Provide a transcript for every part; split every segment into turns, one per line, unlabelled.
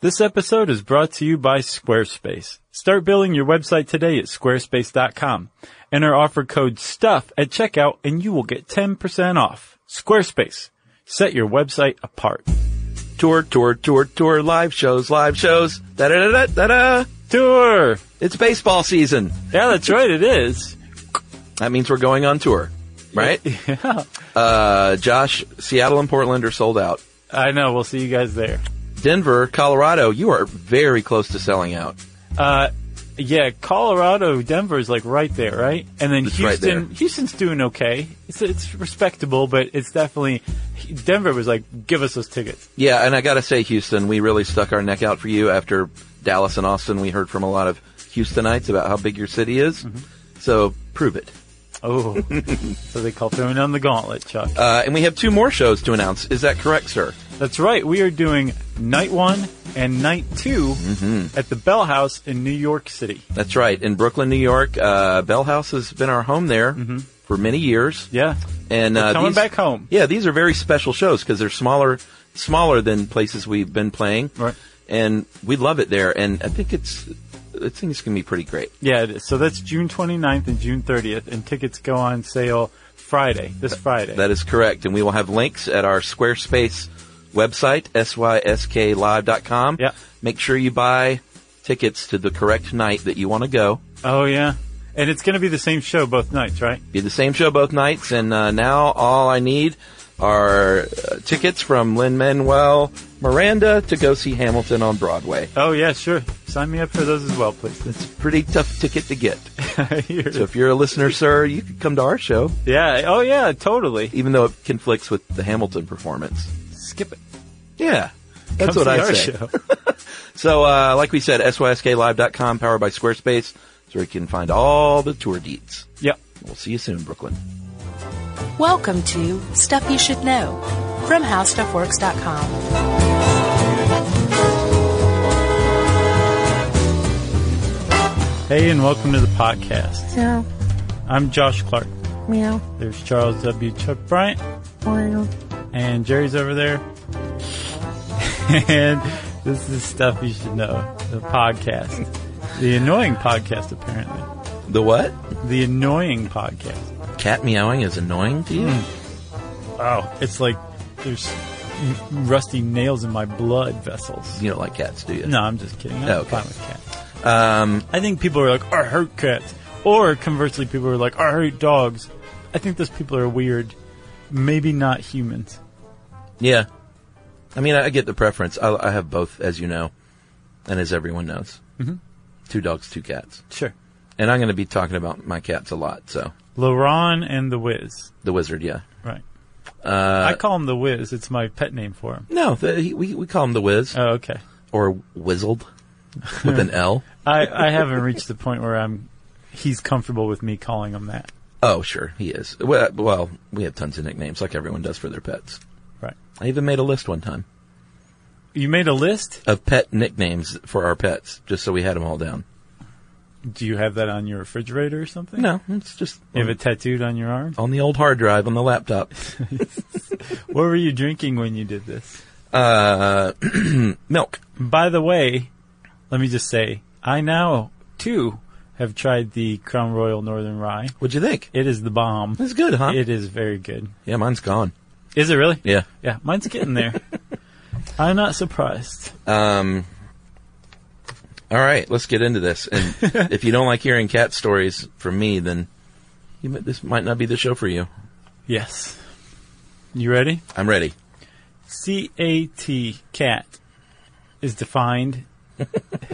This episode is brought to you by Squarespace. Start building your website today at squarespace.com. Enter offer code STUFF at checkout and you will get 10% off. Squarespace. Set your website apart.
Tour, tour, tour, tour, live shows, live shows. Da da da da da.
Tour!
It's baseball season.
Yeah, that's right, it is.
That means we're going on tour, right?
Yeah.
Uh, Josh, Seattle and Portland are sold out.
I know, we'll see you guys there.
Denver, Colorado, you are very close to selling out.
Uh, yeah, Colorado, Denver's like right there, right? And then
It's right
Houston,
there.
Houston's doing okay. It's it's respectable, but it's definitely Denver was like, give us those tickets.
Yeah, and I gotta say, Houston, we really stuck our neck out for you after Dallas and Austin. We heard from a lot of Houstonites about how big your city is. So prove it.
Oh, so they call throwing down the gauntlet, Chuck.
Uh, and we have two more shows to announce. Is that correct, sir?
That's right. We are doing night one and night 2
Mm-hmm.
at the Bell House in New York City.
That's right. In Brooklyn, New York, uh, Bell House has been our home there for many years.
Yeah,
And uh,
Mm-hmm. coming
these-
back home.
Yeah, these are very special shows because they're smaller, smaller than places we've been playing.
Right.
And we love it there. And I think it's, I think it's gonna be pretty great.
Yeah, it is. So that's June 29th and June 30th, and tickets go on sale Friday, this Friday.
That is correct. And we will have links at our Squarespace website, sysklive.com.
Yeah.
Make sure you buy tickets to the correct night that you want to go.
oh, yeah. And it's going to be the same show both nights, right?
Be the same show both nights. And uh, now all I need are uh, tickets from Lynn Manuel Miranda to go see Hamilton on Broadway.
Oh, yeah, sure. Sign me up for those as well, please.
It's a pretty tough ticket to get.
Here it
So
is.
if you're a listener, sir, you could come to our show,
yeah. Oh, yeah, totally.
even though it conflicts with the Hamilton performance.
Skip it.
Yeah. That's
Come see
what I
our
say.
show.
So, uh, like we said, sysklive.com, powered by Squarespace, so you can find all the tour deets.
yep.
We'll see you soon, Brooklyn.
Welcome to Stuff You Should Know from HowStuffWorks.com.
Hey, and welcome to the podcast.
Meow,
I'm Josh Clark.
meow,
There's Charles W. Chuck Bryant.
meow.
And Jerry's over there. and this is stuff you should know. The podcast. The annoying podcast, apparently.
The what?
The annoying podcast.
Cat meowing is annoying to you?
Hmm. Oh, it's like there's m- rusty nails in my blood vessels.
You don't like cats, do you?
No, I'm just kidding. I'm
Okay.
fine with cats.
Um,
I think people are like, I hurt cats. Or conversely, people are like, I hurt dogs. I think those people are weird. Maybe not humans.
yeah. I mean, I, I get the preference. I, I have both, as you know, and as everyone knows. Mm-hmm. Two dogs, two cats.
Sure.
And I'm going to be talking about my cats a lot, so.
LaRon and the Wiz.
The wizard, yeah.
Right.
Uh,
I call him the Wiz. It's my pet name for him.
no, the, he, we, we call him the Wiz,
Oh, okay.
or Wizzled, with an L.
I, I haven't reached the point where I'm. He's comfortable with me calling him that.
Oh, sure, he is. Well, well, we have tons of nicknames, like everyone does for their pets.
Right.
I even made a list one time
You made a list.
of pet nicknames for our pets, just so we had them all down.
Do you have that on your refrigerator or something?
No, it's just
You have it tattooed on your arm.
on the old hard drive on the laptop.
What were you drinking when you did this?
Uh, milk.
By the way, let me just say, I now too have tried the Crown Royal Northern Rye.
What'd you think?
It is the bomb.
It's good, huh?
It is very good.
yeah, mine's gone.
Is it really?
Yeah.
Yeah, mine's getting there. I'm not surprised.
Um. All right, let's get into this. And if you don't like hearing cat stories from me, then you, mi- this might not be the show for you.
Yes. You ready?
I'm ready.
C-A-T, cat, is defined.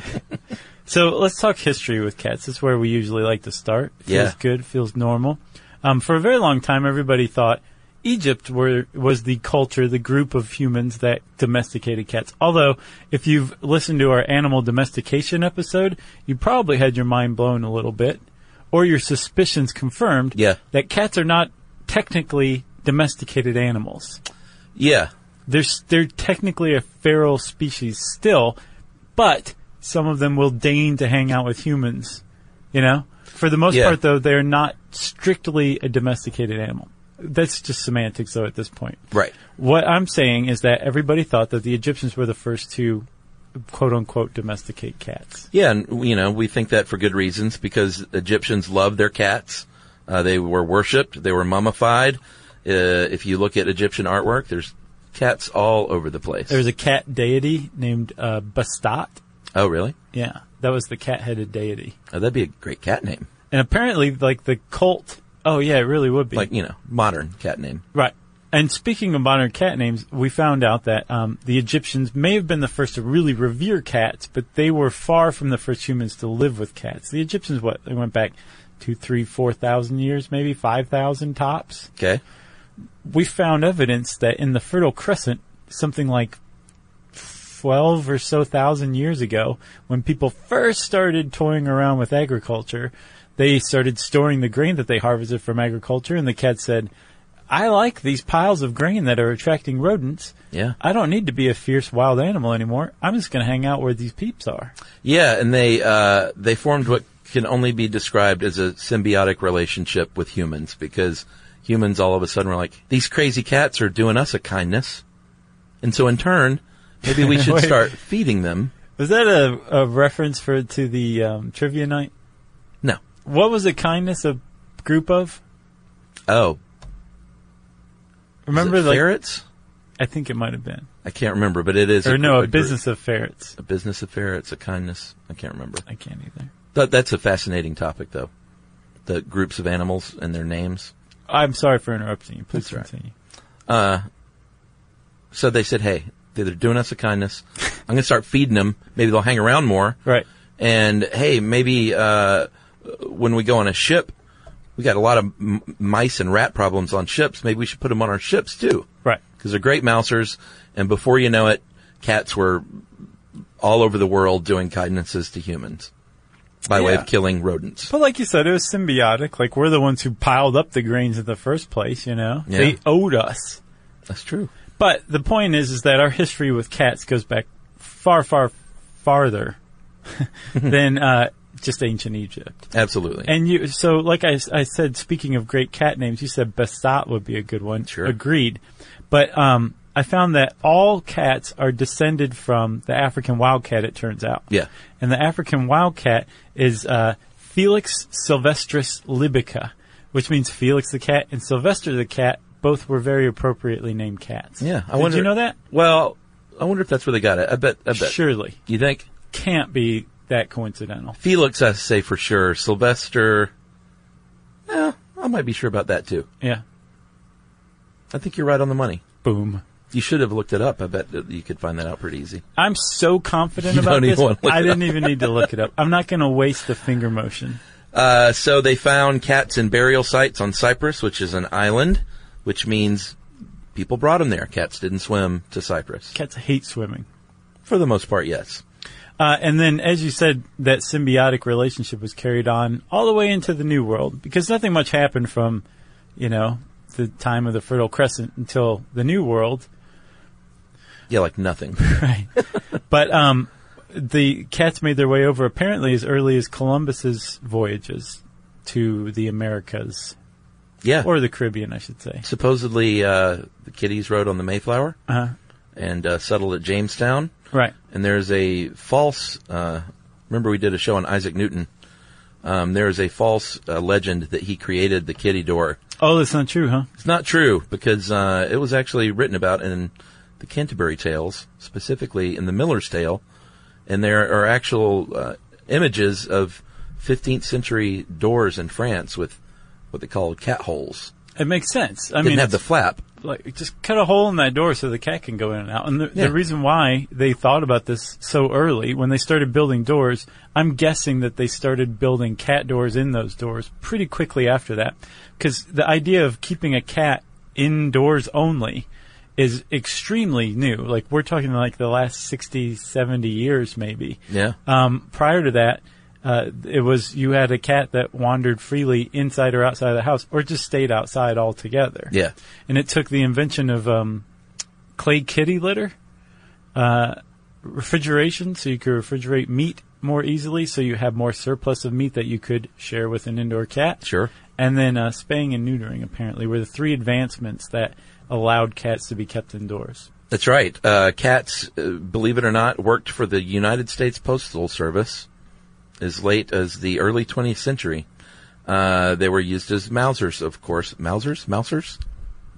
so let's talk history with cats. That's where we usually like to start. Feels
Yeah.
good, feels normal. Um, for a very long time, everybody thought Egypt were, was the culture, the group of humans that domesticated cats. Although, if you've listened to our animal domestication episode, you probably had your mind blown a little bit, or your suspicions confirmed
Yeah.
that cats are not technically domesticated animals
Yeah,
they're s- they're technically a feral species still, but some of them will deign to hang out with humans. You know, for the most
Yeah.
part, though, they're not strictly a domesticated animal. That's just semantics, though. At this point,
right.
what I'm saying is that everybody thought that the Egyptians were the first to quote unquote domesticate cats.
Yeah, and you know we think that for good reasons because Egyptians loved their cats. Uh, they were worshipped. They were mummified. Uh, if you look at Egyptian artwork, there's cats all over the place.
There was a cat deity named uh, Bastat.
oh, really?
Yeah, that was the cat-headed deity.
Oh, that'd be a great cat name.
And apparently, like the cult. Oh yeah, it really would be.
Like you know, modern cat name.
Right. And speaking of modern cat names, we found out that um, the Egyptians may have been the first to really revere cats, but they were far from the first humans to live with cats. The Egyptians, what they went back two, three, four thousand years, maybe five thousand tops.
Okay.
We found evidence that in the Fertile Crescent, something like twelve or so thousand years ago, when people first started toying around with agriculture, they started storing the grain that they harvested from agriculture, and the cat said. I like these piles of grain that are attracting rodents.
Yeah.
I don't need to be a fierce wild animal anymore. I'm just going to hang out where these peeps are.
Yeah, and they uh, they formed what can only be described as a symbiotic relationship with humans because humans all of a sudden were like, these crazy cats are doing us a kindness, and so in turn, maybe we should
Wait.
start feeding them.
Was that a, a reference for to the um, trivia night?
No,
What was a kindness a group of?
oh,
Remember,
is it
like
ferrets?
I think it might have been,
I can't remember, but it is
or
a,
no,
gr-
a,
a gr-
business of ferrets.
a business of ferrets, a kindness. I can't remember.
I can't either.
That, that's a fascinating topic, though. The groups of animals and their names.
I'm sorry for interrupting you. Please
That's right.
continue.
So they said, hey, they're doing us a kindness. I'm going to start feeding them. Maybe they'll hang around more.
Right.
And hey, maybe uh, when we go on a ship, we got a lot of m- mice and rat problems on ships. Maybe we should put them on our ships too,
Right.
because they're great mousers. And before you know it, cats were all over the world doing kindnesses to humans by way
Yeah.
of killing rodents.
But like you said, it was symbiotic. Like we're the ones who piled up the grains in the first place. You know,
Yeah.
they owed us.
That's true.
But the point is, is that our history with cats goes back far, far, farther than uh, just ancient Egypt.
Absolutely.
And you, so like I, s- I said, speaking of great cat names, you said Bastat would be a good one.
Sure.
Agreed. But um, I found that all cats are descended from the African wildcat. It turns out.
yeah.
And the African wildcat is uh, Felix sylvestris libica, which means Felix the cat and Sylvester the cat. Both were very appropriately named cats.
Yeah. I
Did
wonder,
you know that?
Well, I wonder if that's where they got it. I bet. I bet.
Surely
You think?
can't be that coincidental.
Felix, I say for sure. Sylvester. Yeah, I might be sure about that too.
Yeah.
I think you're right on the money.
Boom.
You should have looked it up. I bet that you could find that out pretty easy.
I'm so confident
You
about
don't even
this.
wanna look
I
it
didn't even need to look it up. I'm not going to waste the finger motion.
Uh, so they found cats in burial sites on Cyprus, which is an island, which means people brought them there. Cats didn't swim to Cyprus.
Cats hate swimming.
For the most part, yes.
Uh, and then, as you said, that symbiotic relationship was carried on all the way into the New World because nothing much happened from, you know, the time of the Fertile Crescent until the New World.
Yeah, like nothing.
Right. but um, the cats made their way over apparently as early as Columbus's voyages to the Americas
Yeah.
or the Caribbean, I should say.
Supposedly, uh, the kitties rode on the Mayflower
Uh,
and uh, settled at Jamestown.
right.
And there's a false. Uh, remember, we did a show on Isaac Newton. Um, there is a false uh, legend that he created the kitty door
Oh, that's not true, huh?
It's not true because uh, it was actually written about in the Canterbury Tales, specifically in the Miller's Tale, and there are actual uh, images of 15th century doors in France with what they called cat holes.
It makes sense. I
Didn't
mean,
have the
it's
flap.
like just cut a hole in that door so the cat can go in and out. And the,
Yeah.
the reason why they thought about this so early when they started building doors, I'm guessing that they started building cat doors in those doors pretty quickly after that, because the idea of keeping a cat indoors only is extremely new. Like we're talking like the last 60, 70 years maybe.
Yeah.
Um, prior to that, uh, it was you had a cat that wandered freely inside or outside of the house, or just stayed outside altogether.
Yeah.
And it took the invention of um, clay kitty litter, uh, refrigeration, so you could refrigerate meat more easily, so you have more surplus of meat that you could share with an indoor cat.
Sure.
And then uh, spaying and neutering apparently were the three advancements that allowed cats to be kept indoors.
That's right. Uh, cats, uh, believe it or not, worked for the United States Postal Service as late as the early 20th century. Uh, they were used as Mausers, of course. Mausers? Mausers?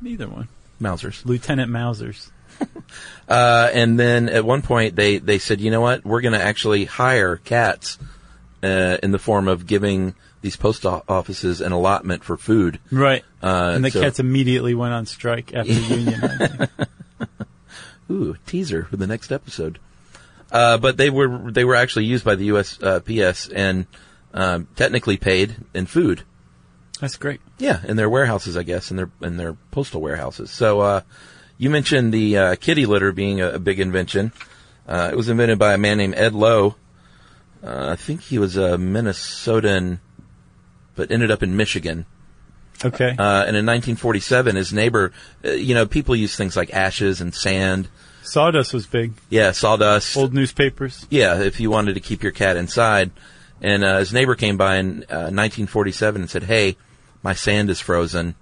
Neither one.
Mausers.
Lieutenant Mausers.
Uh, and then at one point they, they said, you know what? We're going to actually hire cats uh, in the form of giving these post o- offices an allotment for food.
Right.
Uh,
and the
so-
cats immediately went on strike after unionizing.
Ooh, teaser for the next episode. Uh, but they were they were actually used by the U.S. Uh, PS and um, technically paid in food.
That's great.
Yeah, in their warehouses, I guess, in their in their postal warehouses. So uh, you mentioned the uh, kitty litter being a, a big invention. Uh, it was invented by a man named Ed Lowe. Uh, I think he was a Minnesotan, but ended up in Michigan.
Okay.
Uh, and in 1947, his neighbor, uh, you know, people use things like ashes and sand.
Sawdust was big.
Yeah, sawdust.
Old newspapers.
Yeah, if you wanted to keep your cat inside. And uh, his neighbor came by in uh, 1947 and said, "Hey, my sand is frozen.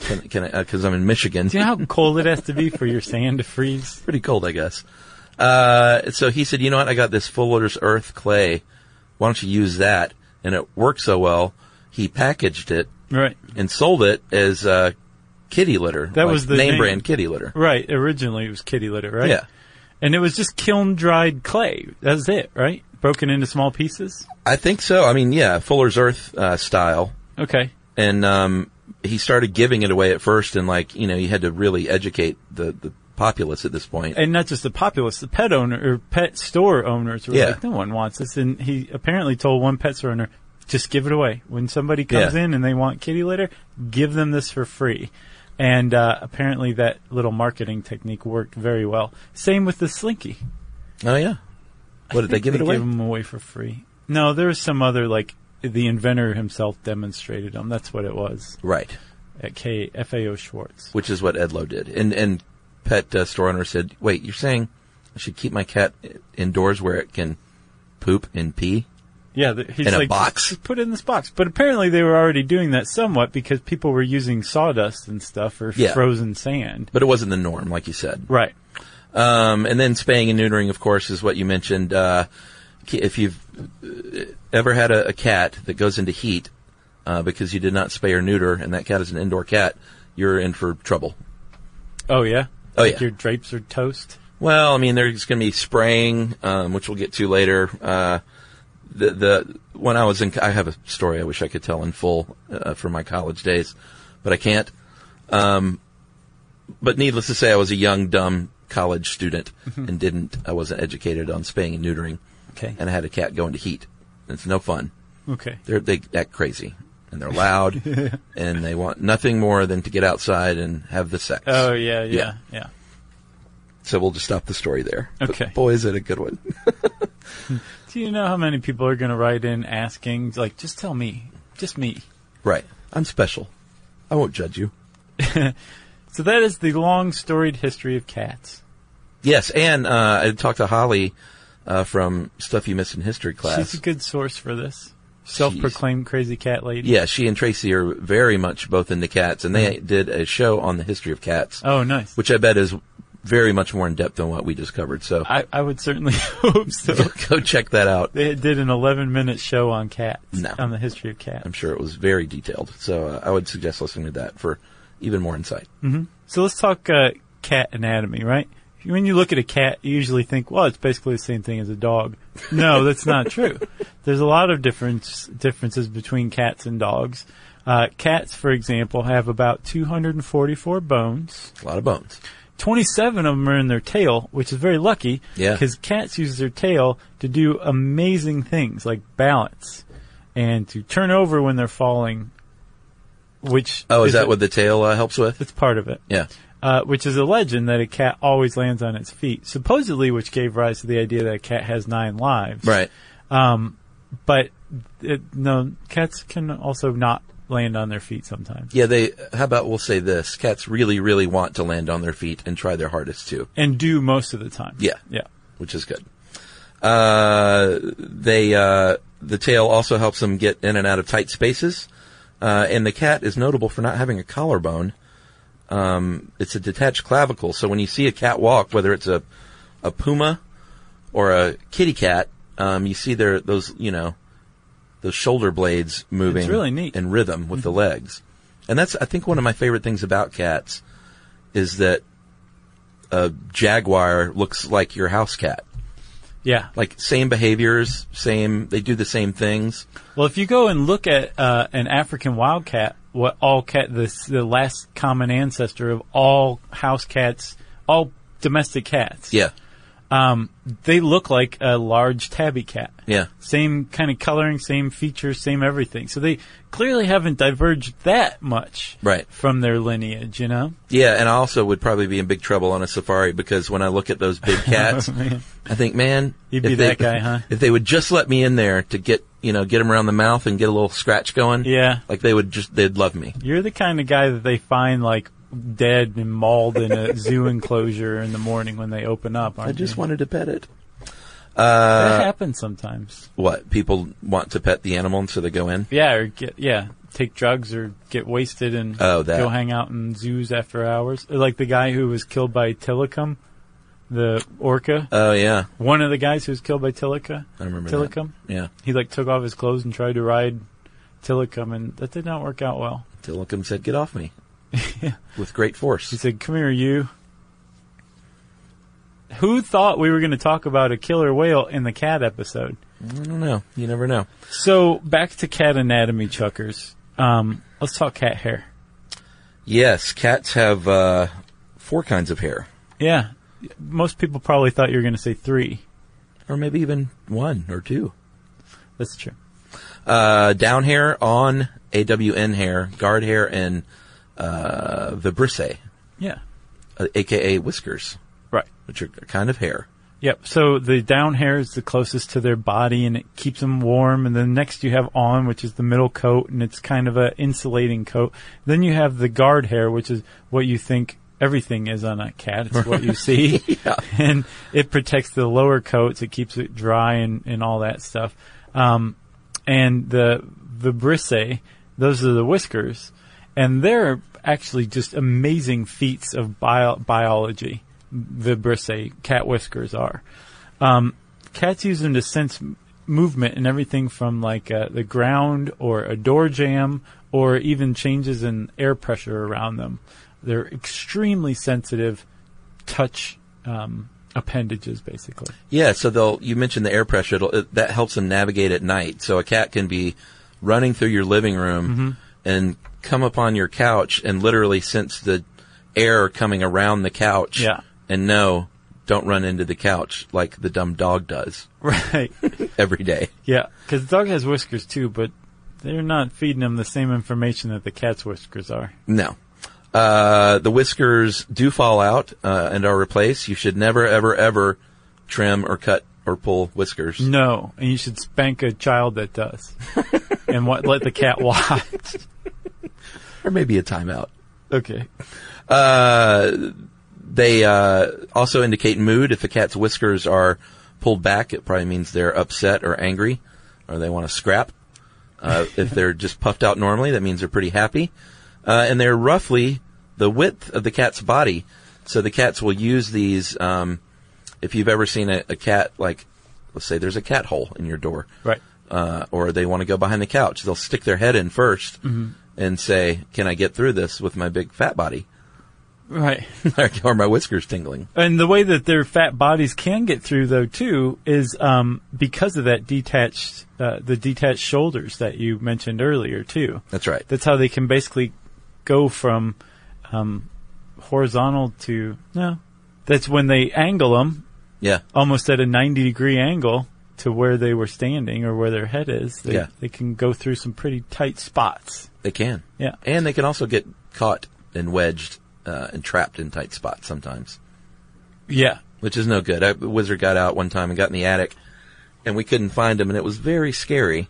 Can, can I? Because I'm in Michigan.
Do you know how cold it has to be for your sand to freeze?
Pretty cold, I guess." Uh, so he said, "You know what? I got this Fuller's Earth clay. Why don't you use that?" And it worked so well, he packaged it
Right.
and sold it as uh, kitty litter.
That
like
was the
name
name.
brand kitty litter.
Right. Originally it was kitty litter, right?
Yeah.
And it was just kiln dried clay. That's it, right? Broken into small pieces.
I think so. I mean, yeah, Fuller's Earth uh, style.
Okay.
and um, he started giving it away at first, and like you know, you had to really educate the the populace at this point.
And not just the populace, the pet owner or pet store owners were
Yeah.
like, no one wants this. And he apparently told one pet store owner, just give it away. When somebody comes
Yeah.
in and they want kitty litter, give them this for free. And uh, apparently that little marketing technique worked very well. Same with the Slinky.
oh yeah, what did they give it away?
Gave them away for free. No, there was some other like the inventor himself demonstrated them. That's what it was
right,
at K FAO Schwartz.
which is what Edlow did, and and pet uh, store owner said, "Wait, you're saying I should keep my cat i- indoors where it can poop and pee?"
Yeah, the, he's
In a
like
box?
"Just Put it in this box. But apparently they were already doing that somewhat because people were using sawdust and stuff or
Yeah.
frozen sand.
But it wasn't the norm, like you said.
Right.
Um, and then spaying and neutering, of course, is what you mentioned. Uh, ki- if you've uh, ever had a, a cat that goes into heat uh, because you did not spay or neuter, and that cat is an indoor cat, you're in for trouble.
Oh yeah.
Oh,
like
yeah.
Your drapes are toast.
Well, I mean, there's going to be spraying, um, which we'll get to later. Uh, the the when I was in, I have a story I wish I could tell in full uh, from my college days, but I can't. Um, but needless to say, I was a young, dumb college student
Mm-hmm.
and didn't. I wasn't educated on spaying and neutering,
Okay.
and I had a cat go into heat. It's no fun.
Okay.
They're, they act crazy, and they're loud, and they want nothing more than to get outside and have the sex.
Oh yeah, yeah,
Yeah.
yeah.
So we'll just stop the story there. But
Okay.
boy, is it a good one.
Do you know how many people are going to write in asking like, just tell me, just me?
Right. I'm special. I won't judge you.
So that is the long storied history of cats.
Yes, and uh, I talked to Holly uh, from Stuff You Missed in History class.
She's a good source for this. Self-proclaimed crazy cat lady.
yeah, she and Tracy are very much both into cats, and they did a show on the history of cats,
Mm-hmm. Oh, nice.
which I bet is very much more in depth than what we just covered. So
I, I would certainly hope so.
go check that out.
They did an 11-minute show on cats.
No.
On the history of cats.
I'm sure it was very detailed. So uh, I would suggest listening to that for even more insight.
So let's talk uh, cat anatomy, right? When you look at a cat, you usually think, well, it's basically the same thing as a dog. No, that's not true. There's a lot of difference, differences between cats and dogs. Uh, cats, for example, have about 244 bones.
A lot of bones.
27 of them are in their tail, which is very lucky.
Yeah.
Because cats use their tail to do amazing things like balance and to turn over when they're falling, which.
Oh, is that
a-
what the tail uh, helps with?
It's part of it
Yeah.
uh, which is a legend that a cat always lands on its feet, supposedly, which gave rise to the idea that a cat has nine lives.
Right.
But it, no, cats can also not land on their feet sometimes.
Yeah, they, how about we'll say this? Cats really, really want to land on their feet and try their hardest to.
And do most of the time.
Yeah.
Yeah.
which is good. Uh, they uh, the tail also helps them get in and out of tight spaces, uh, and the cat is notable for not having a collarbone, um, it's a detached clavicle. So when you see a cat walk, whether it's a a puma or a kitty cat, um, you see their those you know those shoulder blades moving
It's really neat. Mm-hmm.
in rhythm with the legs. And that's I think one of my favorite things about cats is that a jaguar looks like your house cat.
Yeah.
Like same behaviors, same they do the same things.
Well, if you go and look at uh, an African wildcat, what all cat the the last common ancestor of all house cats, all domestic cats. um,
Yeah.
They look like a large tabby cat.
Yeah.
Same kind of coloring, same features, same everything. So they clearly haven't diverged that much
Right.
from their lineage, you know?
Yeah, and I also would probably be in big trouble on a safari because when I look at those big cats,
Oh, Man.
I think, man,
You'd be
if they-
that guy, huh?
If they would just let me in there to get, you know, get them around the mouth and get a little scratch going,
Yeah.
like they would just, they'd love me.
You're the kind of guy that they find like dead and mauled in a zoo enclosure in the morning when they open up. Aren't
I just uh,
you?
wanted to pet it.
that happens sometimes.
What people want to pet the animal, and so they go in.
Yeah, or get yeah, take drugs or get wasted and
Oh, that.
go hang out in zoos after hours. Like the guy who was killed by Tillicum, the orca.
Oh yeah,
One of the guys who was killed by Tillica.
I remember that.
Tillicum.
Yeah,
He like took off his clothes and tried to ride Tillicum, and that did not work out well.
Tillicum said, "Get off me," with great force.
He said, "Come here, you." Who thought we were going to talk about a killer whale in the cat episode?
I don't know. You never know.
So back to cat anatomy, Chuckers. Um, let's talk cat hair.
Yes, cats have uh, four kinds of hair,
Yeah. Most people probably thought you were going to say three.
or maybe even one or two.
That's true.
Uh, down hair on AWN hair, guard hair, and uh, vibrissae,
Yeah.
uh, aka whiskers,
Right.
which are a kind of hair.
Yep. So the down hair is the closest to their body and it keeps them warm. And then next you have on, which is the middle coat and it's kind of a insulating coat. Then you have the guard hair, which is what you think everything is on a cat. It's what you see. And it protects the lower coats. It keeps it dry and, and all that stuff. Um, and the vibrissae, those are the whiskers, and they're actually just amazing feats of bio- biology. Vibrissae, cat whiskers are. Um, cats use them to sense m- movement and everything from like uh, the ground or a door jam or even changes in air pressure around them. They're extremely sensitive touch um, appendages, basically.
Yeah, so they'll. You mentioned the air pressure. It'll, it, that helps them navigate at night. So a cat can be running through your living room and come upon your couch and literally sense the air coming around the couch.
Yeah.
And no, don't run into the couch like the dumb dog does
Right.
every day.
Yeah, because the dog has whiskers too, but they're not feeding him the same information that the cat's whiskers are.
No. Uh, the whiskers do fall out uh, and are replaced. You should never, ever, ever trim or cut or pull whiskers.
No, and you should spank a child that does, and what, let the cat watch.
Or maybe a timeout.
Okay.
They uh, also indicate mood. If a cat's whiskers are pulled back, it probably means they're upset or angry, or they want to scrap. Uh, if they're just puffed out normally, that means they're pretty happy. Uh, and they're roughly the width of the cat's body. So the cats will use these. Um, if you've ever seen a, a cat, like, let's say there's a cat hole in your door,
Right.
uh, or they want to go behind the couch, they'll stick their head in 1st and say, "Can I get through this with my big fat body?"
Right.
or my whiskers tingling.
And the way that their fat bodies can get through though too is um, because of that detached, uh, the detached shoulders that you mentioned earlier too.
That's right.
That's how they can basically go from um, horizontal to no. That's when they angle them
yeah.
almost at a 90 degree angle to where they were standing or where their head is, they,
Yeah.
they can go through some pretty tight spots.
They can.
Yeah.
And they can also get caught and wedged uh, and trapped in tight spots sometimes,
Yeah.
which is no good. I, a wizard got out one time and got in the attic, and we couldn't find him, and it was very scary.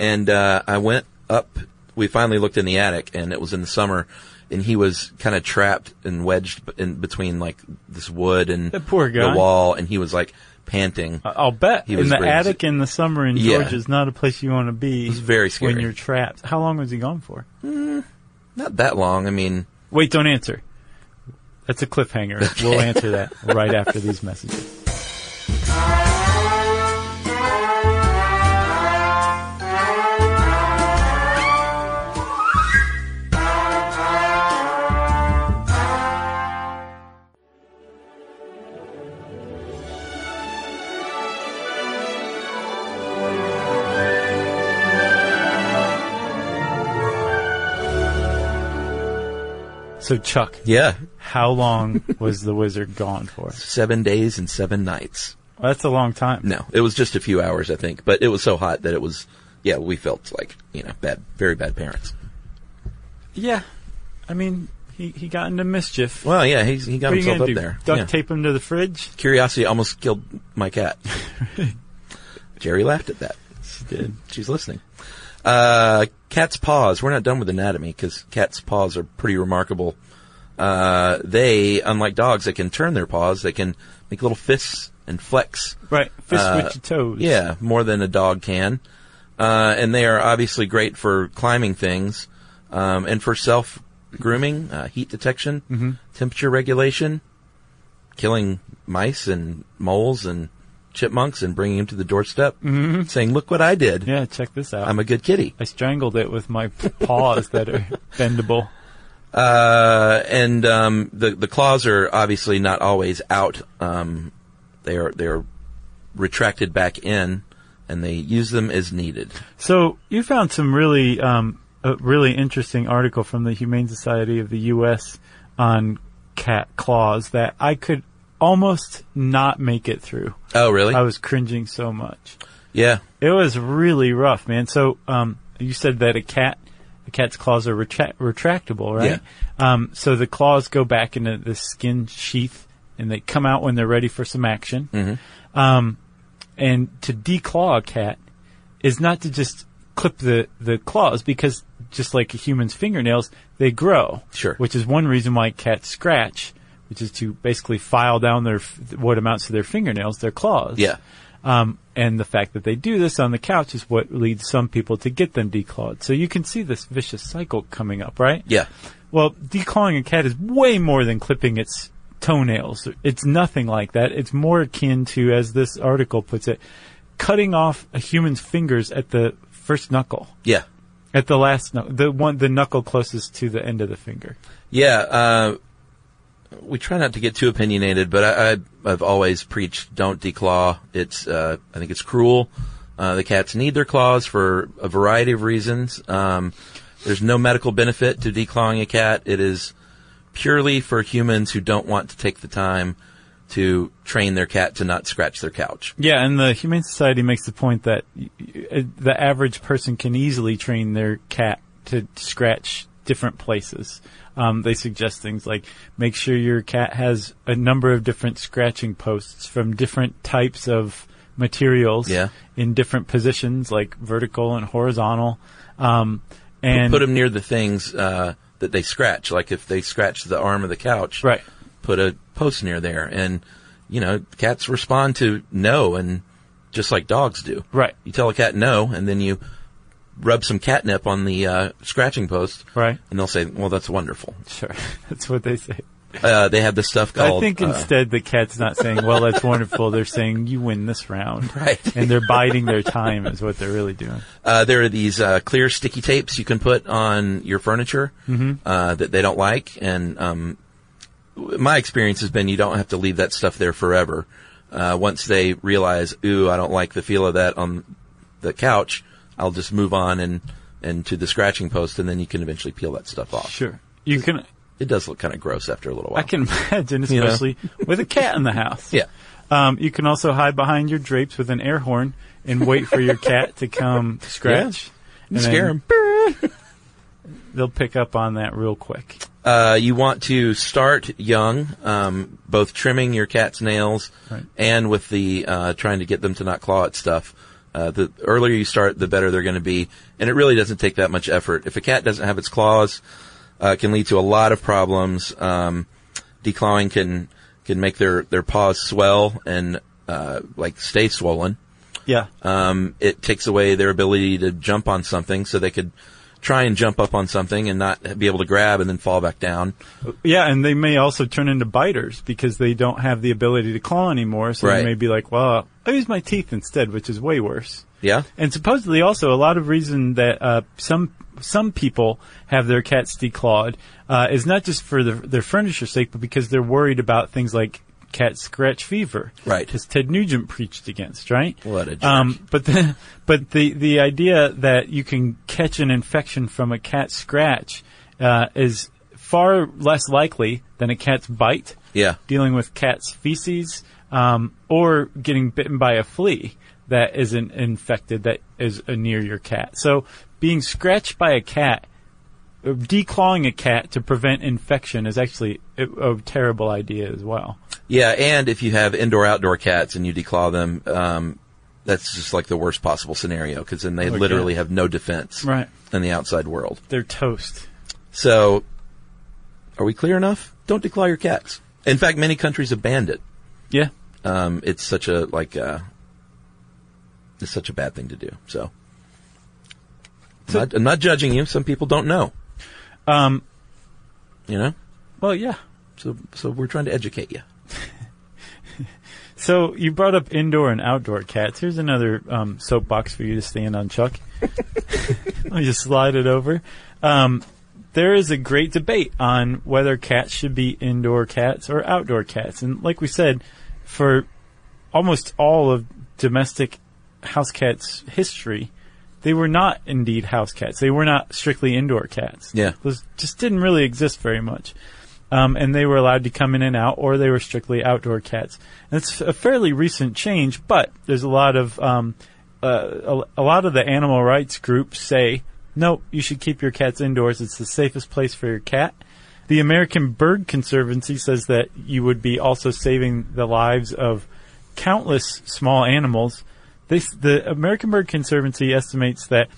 And uh, I went up. We finally looked in the attic, and it was in the summer, and he was kind of trapped and wedged b- in between like this wood and
That poor guy.
the wall, and he was like panting.
I- I'll bet
He
in
was
the
raised-
attic in the summer in
Yeah.
Georgia is not a place you want to be
It's very
when
scary.
you're trapped. How long was he gone for?
Not that long. I mean,
Wait, don't answer. That's a cliffhanger. We'll answer that right after these messages. So Chuck,
Yeah.
how long was the wizard gone for?
Seven days and seven nights.
Well, that's a long time.
No, it was just a few hours, I think, but it was so hot that it was, yeah, we felt like, you know, bad, very bad parents.
Yeah, I mean, he, he got into mischief.
Well, yeah, he's, he got
What are you
himself
gonna
up
do?
there.
Duct
Yeah.
tape him to the fridge?
Curiosity almost killed my cat. Jerry laughed at that.
She did.
She's listening. Uh, cat's paws. We're not done with anatomy because cat's paws are pretty remarkable. Uh, they, unlike dogs, they can turn their paws. They can make little fists and flex.
Right, fist
Uh,
with your toes.
Yeah, more than a dog can. Uh, and they are obviously great for climbing things, um, and for self grooming, uh, heat detection, temperature regulation, killing mice and moles and chipmunks and bringing them to the doorstep, saying, "Look what I did!
Yeah, check this out.
I'm a good kitty."
I strangled it with my paws that are bendable.
Uh, and um, the the claws are obviously not always out. Um, they are they are retracted back in, and they use them as needed.
So you found some really, um, a really interesting article from the Humane Society of the U.S. on cat claws that I could almost not make it through.
Oh, really?
I was cringing so much.
yeah.
It was really rough, man. So um, you said that a cat, a cat's claws are retra- retractable, right? Um, so the claws go back into the skin sheath, and they come out when they're ready for some action. Um,
Mm-hmm.
and to declaw a cat is not to just clip the the claws because just like a human's fingernails, they grow.
Sure.
Which is one reason why cats scratch, which is to basically file down their f- what amounts to their fingernails, their claws.
Yeah.
Um, and the fact that they do this on the couch is what leads some people to get them declawed. So you can see this vicious cycle coming up, right?
Yeah.
Well, declawing a cat is way more than clipping its toenails. It's nothing like that. It's more akin to, as this article puts it, cutting off a human's fingers at the first knuckle,
Yeah.
at the last knuckle, the one, the knuckle closest to the end of the finger.
Yeah. Uh, we try not to get too opinionated, but I, I, I've always preached don't declaw. It's, uh, I think it's cruel. Uh, the cats need their claws for a variety of reasons. Um, there's no medical benefit to declawing a cat. It is purely for humans who don't want to take the time to train their cat to not scratch their couch.
Yeah, and the Humane Society makes the point that y- y- uh, the average person can easily train their cat to scratch different places. Um, they suggest things like make sure your cat has a number of different scratching posts from different types of materials
Yeah.
in different positions, like vertical and horizontal. Um, and
put them near the things uh, that they scratch. Like if they scratch the arm of the couch,
Right.
Put a post near there, and you know cats respond to no, and just like dogs do.
Right.
You tell a cat no, and then you rub some catnip on the uh, scratching post,
Right.
And they'll say, "Well, that's wonderful."
sure, that's what they say.
Uh, they have this stuff called.
I think
uh,
instead the cat's not saying, well, that's wonderful. They're saying, you win this round.
Right.
And they're biding their time is what they're really doing.
Uh, there are these uh, clear sticky tapes you can put on your furniture
Mm-hmm.
uh, that they don't like, and um, w- my experience has been you don't have to leave that stuff there forever. Uh, once they realize, ooh, I don't like the feel of that on the couch, I'll just move on and and to the scratching post, and then you can eventually peel that stuff off.
Sure. You can,
It does look kind of gross after a little while.
I can imagine,
You know.
especially with a cat in the house.
Yeah.
Um, you can also hide behind your drapes with an air horn and wait for your cat to come scratch. And
Scare
then
'em.
They'll pick up on that real quick.
Uh, you want to start young, um, both trimming your cat's nails
Right.
and with the uh, trying to get them to not claw at stuff. Uh, the earlier you start, the better they're going to be, and it really doesn't take that much effort. If a cat doesn't have its claws, uh, it can lead to a lot of problems. Um, declawing can can make their their paws swell and uh, like stay swollen.
Yeah.
Um, it takes away their ability to jump on something, so they could try and jump up on something and not be able to grab and then fall back down.
Yeah, and they may also turn into biters because they don't have the ability to claw anymore. So
Right.
they may be like, well, I use my teeth instead, which is way worse.
Yeah?
And supposedly also a lot of reason that uh, some some people have their cats declawed uh, is not just for the, their furniture's sake, but because they're worried about things like cat scratch fever,
Right.
As Ted Nugent preached against, right?
What a jerk.
Um, but the but the the idea that you can catch an infection from a cat scratch uh, is far less likely than a cat's bite
Yeah.
dealing with cat's feces, um, or getting bitten by a flea that isn't infected that is uh, near your cat. So being scratched by a cat, uh, declawing a cat to prevent infection is actually a, a terrible idea as well.
Yeah, and if you have indoor outdoor cats and you declaw them, um, that's just like the worst possible scenario because then they literally have no defense
Right.
in the outside world.
They're toast.
So, are we clear enough? Don't declaw your cats. In fact, many countries have banned it.
Yeah.
Um, it's such a like uh, it's such a bad thing to do. So,
So-
I'm, not, I'm not judging you. Some people don't know.
Um,
You know,
well, yeah.
so so we're trying to educate you.
So you brought up indoor and outdoor cats. Here's another um, soapbox for you to stand on, Chuck. I'll just slide it over. Um, there is a great debate on whether cats should be indoor cats or outdoor cats, and like we said, for almost all of domestic house cats' history, they were not indeed house cats. They were not strictly indoor cats.
Yeah.
those just didn't really exist very much um, and they were allowed to come in and out, or they were strictly outdoor cats. And it's a fairly recent change, but there's a lot of um, uh, a, a lot of the animal rights groups say no, you should keep your cats indoors. It's the safest place for your cat. The American Bird Conservancy says that you would be also saving the lives of countless small animals. They, s- the American Bird Conservancy estimates that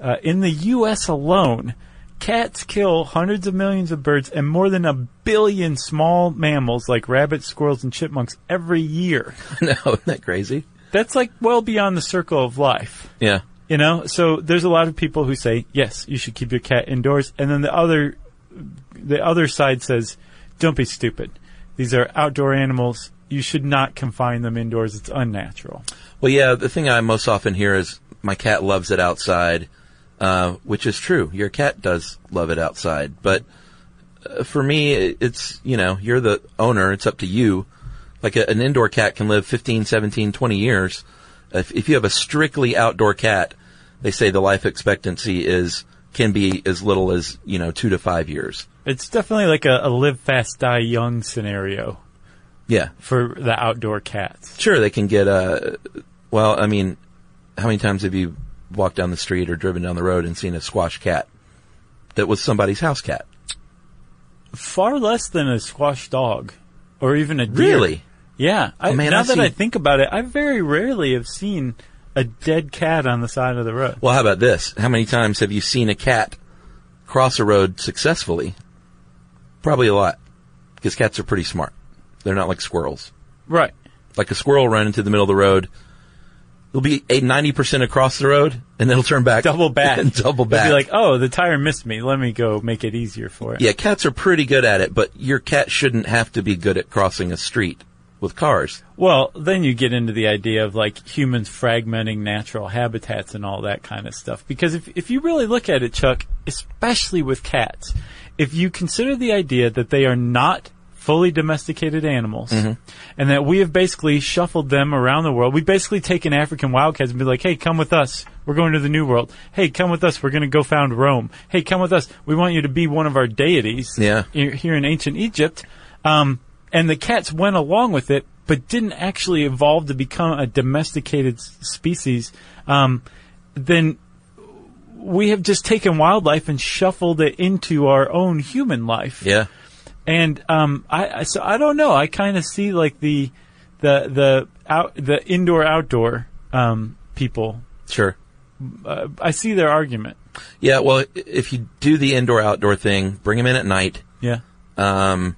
uh, in the U.S. alone, cats kill hundreds of millions of birds and more than a billion small mammals like rabbits, squirrels, and chipmunks every year.
no, isn't that crazy?
That's like well beyond the circle of life.
Yeah,
You know, so there's a lot of people who say, yes, you should keep your cat indoors. And then the other, the other side says, don't be stupid. These are outdoor animals. You should not confine them indoors. It's unnatural.
Well, yeah, the thing I most often hear is my cat loves it outside, uh, which is true. Your cat does love it outside, but uh, for me, it- it's, you know, you're the owner. It's up to you. Like a, an indoor cat can live 15, 17, 20 years. If, if you have a strictly outdoor cat, they say the life expectancy is, can be as little as, you know, two to five years.
It's definitely like a, a live fast, die young scenario
Yeah.
for the outdoor cats.
Sure, they can get a. Well, I mean, how many times have you walked down the street or driven down the road and seen a squash cat that was somebody's house cat?
Far less than a squash dog or even a deer.
Really?
Yeah. I,
Oh, man,
now
I've
that I
seen-
think about it, I very rarely have seen a dead cat on the side of the road.
Well, how about this? How many times have you seen a cat cross a road successfully? Probably a lot, because cats are pretty smart. They're not like squirrels.
Right.
Like a squirrel run into the middle of the road, it'll be a ninety percent across the road, and then it'll turn back,
double back.
and double
They'd
back.
Be like, oh, the tire missed me. Let me go make it easier for it.
Yeah, cats are pretty good at it, but your cat shouldn't have to be good at crossing a street with cars.
Well, then you get into the idea of like humans fragmenting natural habitats and all that kind of stuff. Because if, if you really look at it, Chuck, especially with cats, if you consider the idea that they are not fully domesticated animals
Mm-hmm.
and that we have basically shuffled them around the world, we've basically taken African wildcats and be like, hey, come with us. We're going to the New World. Hey, come with us. We're going to go found Rome. Hey, come with us. We want you to be one of our deities
Yeah.
here here in ancient Egypt. Um, and the cats went along with it, but didn't actually evolve to become a domesticated s- species. Um, then we have just taken wildlife and shuffled it into our own human life.
Yeah.
And um, I I- so I don't know. I kind of see like the the the out the indoor outdoor um, people.
Sure.
Uh, I see their argument.
Yeah, well, i- if you do the indoor outdoor thing, bring them in at night.
Yeah.
Um,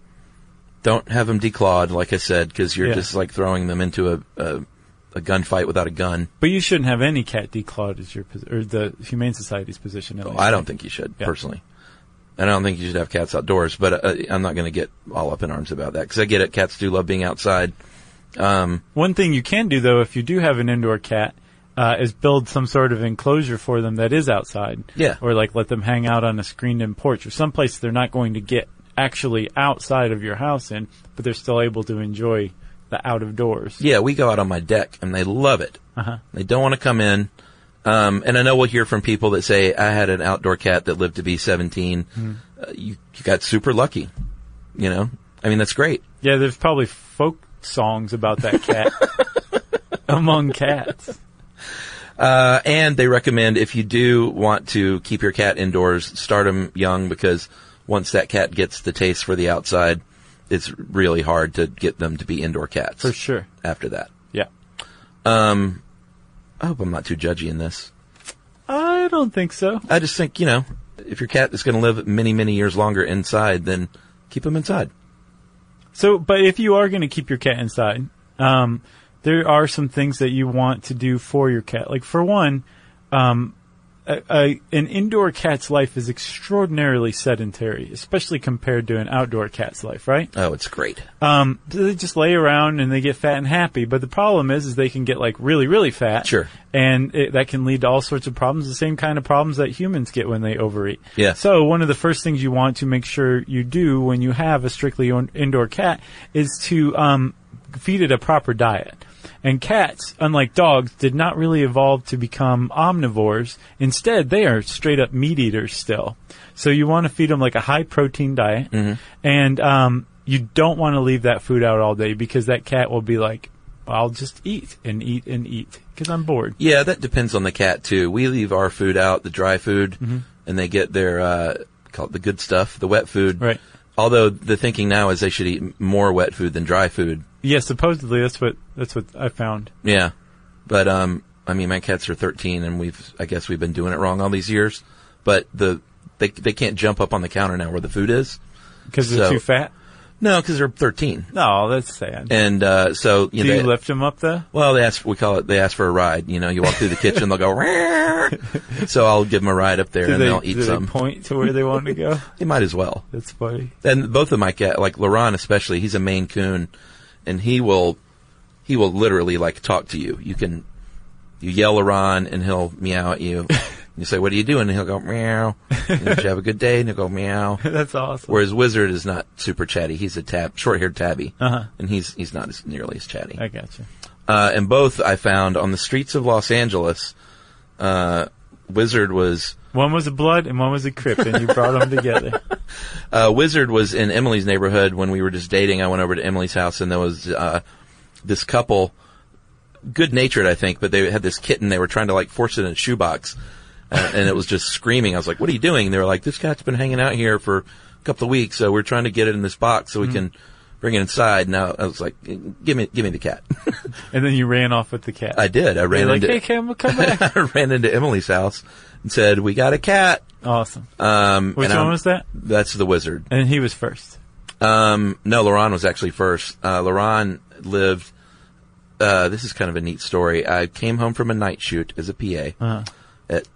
don't have them declawed, like I said, because you're
Yeah.
just like throwing them into a, a, a gunfight without a gun.
But you shouldn't have any cat declawed as your posi- or the Humane Society's position. at
Oh,
least.
I don't think you should
Yeah.
personally. And I don't think you should have cats outdoors, but uh, I'm not going to get all up in arms about that because I get it. Cats do love being outside.
One thing you can do though, if you do have an indoor cat, uh, is build some sort of enclosure for them that is outside.
Yeah.
Or like let them hang out on a screened-in porch or someplace they're not going to get actually outside of your house in, but they're still able to enjoy the out of doors.
Yeah, we go out on my deck and they love it.
Uh-huh.
They don't want to come in. Um, and I know we'll hear from people that say, I had an outdoor cat that lived to be 17.
Hmm.
Uh, you, you got super lucky. You know? I mean, that's great.
Yeah, there's probably folk songs about that cat among cats.
Uh, and they recommend if you do want to keep your cat indoors, start them young because once that cat gets the taste for the outside, it's really hard to get them to be indoor cats
For sure.
after that.
Yeah.
I hope I'm not too judgy in this.
I don't think so.
I just think, you know, if your cat is going to live many, many years longer inside, then keep him inside.
So, but if you are going to keep your cat inside, um, there are some things that you want to do for your cat. Like for one, um, a, a, an indoor cat's life is extraordinarily sedentary, especially compared to an outdoor cat's life, right?
Oh, it's great.
Um, they just lay around and they get fat and happy. But the problem is, is they can get like really, really fat.
Sure.
And it, that can lead to all sorts of problems, the same kind of problems that humans get when they overeat.
Yeah.
So one of the first things you want to make sure you do when you have a strictly on- indoor cat is to, um, feed it a proper diet. And cats, unlike dogs, did not really evolve to become omnivores. Instead, they are straight up meat eaters still. So you want to feed them like a high protein diet. And, um, you don't want to leave that food out all day because that cat will be like, I'll just eat and eat and eat because I'm bored.
Yeah, that depends on the cat too. We leave our food out, the dry food, and they get their, uh, call it the good stuff, the wet food.
Right.
Although the thinking now is they should eat m- more wet food than dry food.
Yeah, supposedly that's what that's what I found.
Yeah. But, um, I mean, my cats are 13 and we've, I guess we've been doing it wrong all these years, but the, they, they can't jump up on the counter now where the food is.
Because they're
So-
too fat.
No, cause they're 13.
No, that's sad.
And, uh, so, you
Do
know,
you
they-
lift them up though?
Well, they ask. We call it. They ask for a ride. You know, you walk through the kitchen, they'll go. "Rar." So I'll give them a ride up there,
Do
and
they,
they, will eat
do
some.
they point to where they want to go?
They might as well.
That's funny.
And both of my cat, like Laron especially, he's a Maine Coon, and he will, he will literally like talk to you. You can, you yell Laron, and he'll meow at you. you say, "What are you doing?" And he'll go meow. And you have a good day, and he'll go meow.
That's awesome.
Whereas Wizard is not super chatty. He's a tab, short-haired tabby,
Uh-huh.
and he's he's not as nearly as chatty.
I got you.
uh, and both I found on the streets of Los Angeles. Uh, Wizard was
One was a blood and one was a crip, and you brought them together.
uh, Wizard was in Emily's neighborhood when we were just dating. I went over to Emily's house, and there was uh, this couple, good natured, I think, but they had this kitten. They were trying to like force it in a shoebox, uh, and it was just screaming. I was like, "What are you doing?" And they were like, "This cat's been hanging out here for a couple of weeks, so we're trying to get it in this box so we
Mm-hmm.
can bring it inside." Now I was like, "Give me, give me the cat."
And then you ran off with the cat.
I did. I
You're
ran
like,
into
hey, Cam, we'll come back.
I ran into Emily's house and said, "We got a cat."
awesome.
Um,
Which
and
one
I'm-
was that?
That's the wizard.
And he was first.
Um, no, Laron was actually first. Uh, Laron lived. Uh, this is kind of a neat story. I came home from a night shoot as a PA
Uh-huh.
at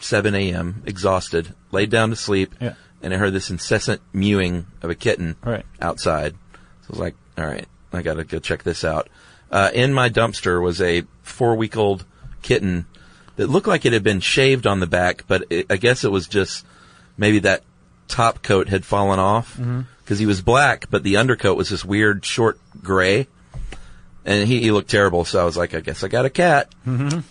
7 a.m. Exhausted, laid down to sleep,
Yeah.
and I heard this incessant mewing of a kitten
Right.
outside. So I was like, "All right, I gotta go check this out." Uh, in my dumpster was a four-week-old kitten that looked like it had been shaved on the back, but it, I guess it was just maybe that top coat had fallen off because he was black, but the undercoat was this weird short gray. And he, he looked terrible, so I was like, I guess I got a cat.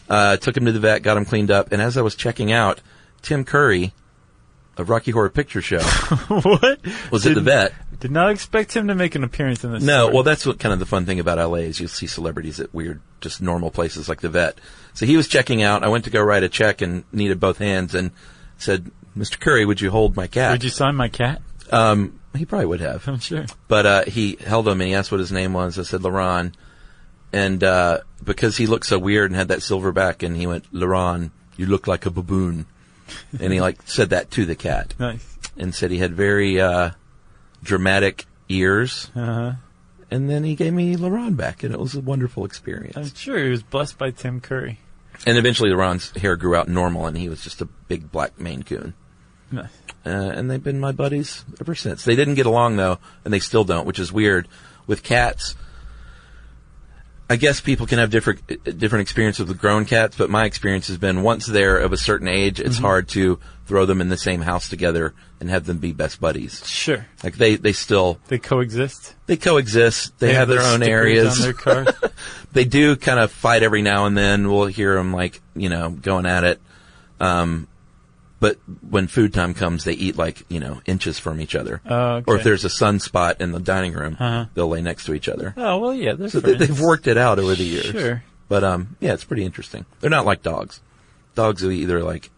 Uh, took him to the vet, got him cleaned up, and as I was checking out, Tim Curry of Rocky Horror Picture Show
what?
was at the
Didn't-
vet.
Did not expect him to make an appearance in this.
No,
story.
well, that's what kind of the fun thing about LA is you'll see celebrities at weird, just normal places like the vet. So he was checking out. I went to go write a check and needed both hands and said, "Mr. Curry, would you hold my cat?"
Would you sign my cat?
um, he probably would have.
I'm sure.
But uh, he held him and he asked what his name was. I said Laron, and uh, because he looked so weird and had that silver back, and he went, "Laron, you look like a baboon," and he like said that to the cat
Nice.
and said he had very uh, dramatic ears
Uh-huh.
and then he gave me LaRon back, and it was a wonderful experience.
I'm sure he was blessed by Tim Curry.
And eventually, LaRon's hair grew out normal, and he was just a big black Maine Coon.
Nice.
Uh, and they've been my buddies ever since. They didn't get along though, and they still don't, which is weird. With cats, I guess people can have different uh, different experiences with grown cats, but my experience has been once they're of a certain age, it's hard to throw them in the same house together and have them be best buddies.
Sure.
Like they they still
They coexist.
they coexist. They, have, their own
stickers
areas.
on their car.
they do kind of fight every now and then. We'll hear them like you know going at it. Um, but when food time comes, they eat like you know inches from each other.
Oh, okay. Uh-huh.
Or if there's a sunspot in the dining room, they'll lay next to each other.
oh well, yeah. They're
So they,
friends.
they've worked it out over the years.
Sure.
But um, yeah, it's pretty interesting. They're not like dogs. Dogs are either like,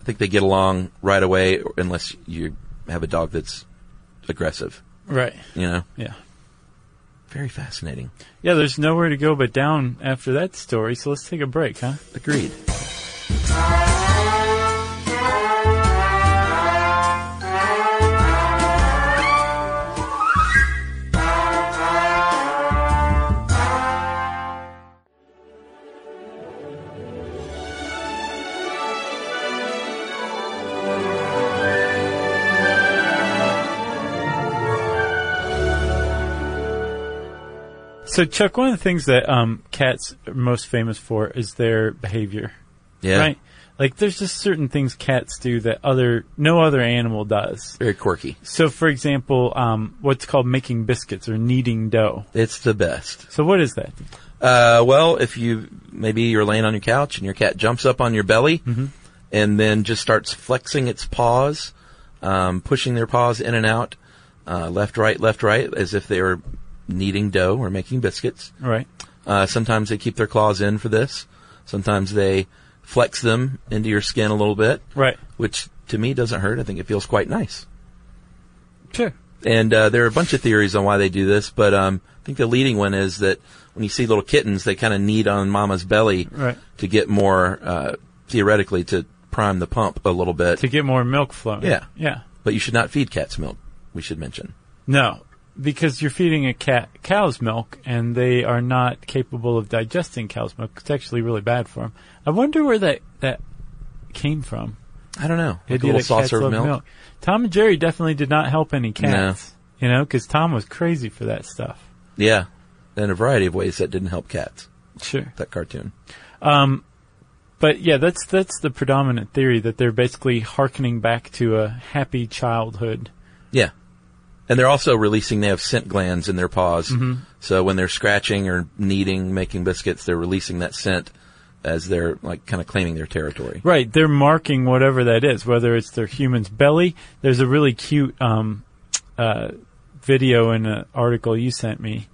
I think they get along right away, or- unless you have a dog that's aggressive.
Right.
You know,
Yeah.
very fascinating.
Yeah. There's nowhere to go but down after that story. So let's take a break, huh?
Agreed.
So Chuck, one of the things that um, cats are most famous for is their behavior,
Yeah.
right? Like there's just certain things cats do that other no other animal does.
Very quirky.
So, for example, um, what's called making biscuits or kneading dough.
It's the best.
So, what is that?
Uh, well, if you maybe you're laying on your couch and your cat jumps up on your belly and then just starts flexing its paws, um, pushing their paws in and out, uh, left, right, left, right, as if they were kneading dough or making biscuits.
All right.
Uh, sometimes they keep their claws in for this. Sometimes they flex them into your skin a little bit,
Right.
which to me doesn't hurt. I think it feels quite nice.
Sure.
And uh, there are a bunch of theories on why they do this, but um, I think the leading one is that when you see little kittens, they kind of knead on mama's belly
Right.
to get more, uh, theoretically, to prime the pump a little bit.
To get more milk flowing.
Yeah.
Yeah.
But you should not feed cats milk. We should mention.
No, because you're feeding a cat cow's milk, and they are not capable of digesting cow's milk. It's actually really bad for them. I wonder where that that came from.
I don't know.
The
Like a
idea
little
that cats
saucer of
love
milk.
Tom and Jerry definitely did not help any cats. You know, because Tom was crazy for that stuff.
Yeah, in a variety of ways that didn't help cats.
Sure.
That cartoon.
But yeah, that's that's the predominant theory that they're basically hearkening back to a happy childhood.
Yeah. And they're also releasing, they have scent glands in their paws. So when they're scratching or kneading, making biscuits, they're releasing that scent as they're like kind of claiming their territory.
Right, they're marking whatever that is, whether it's their human's belly. There's a really cute um, uh, video in an article you sent me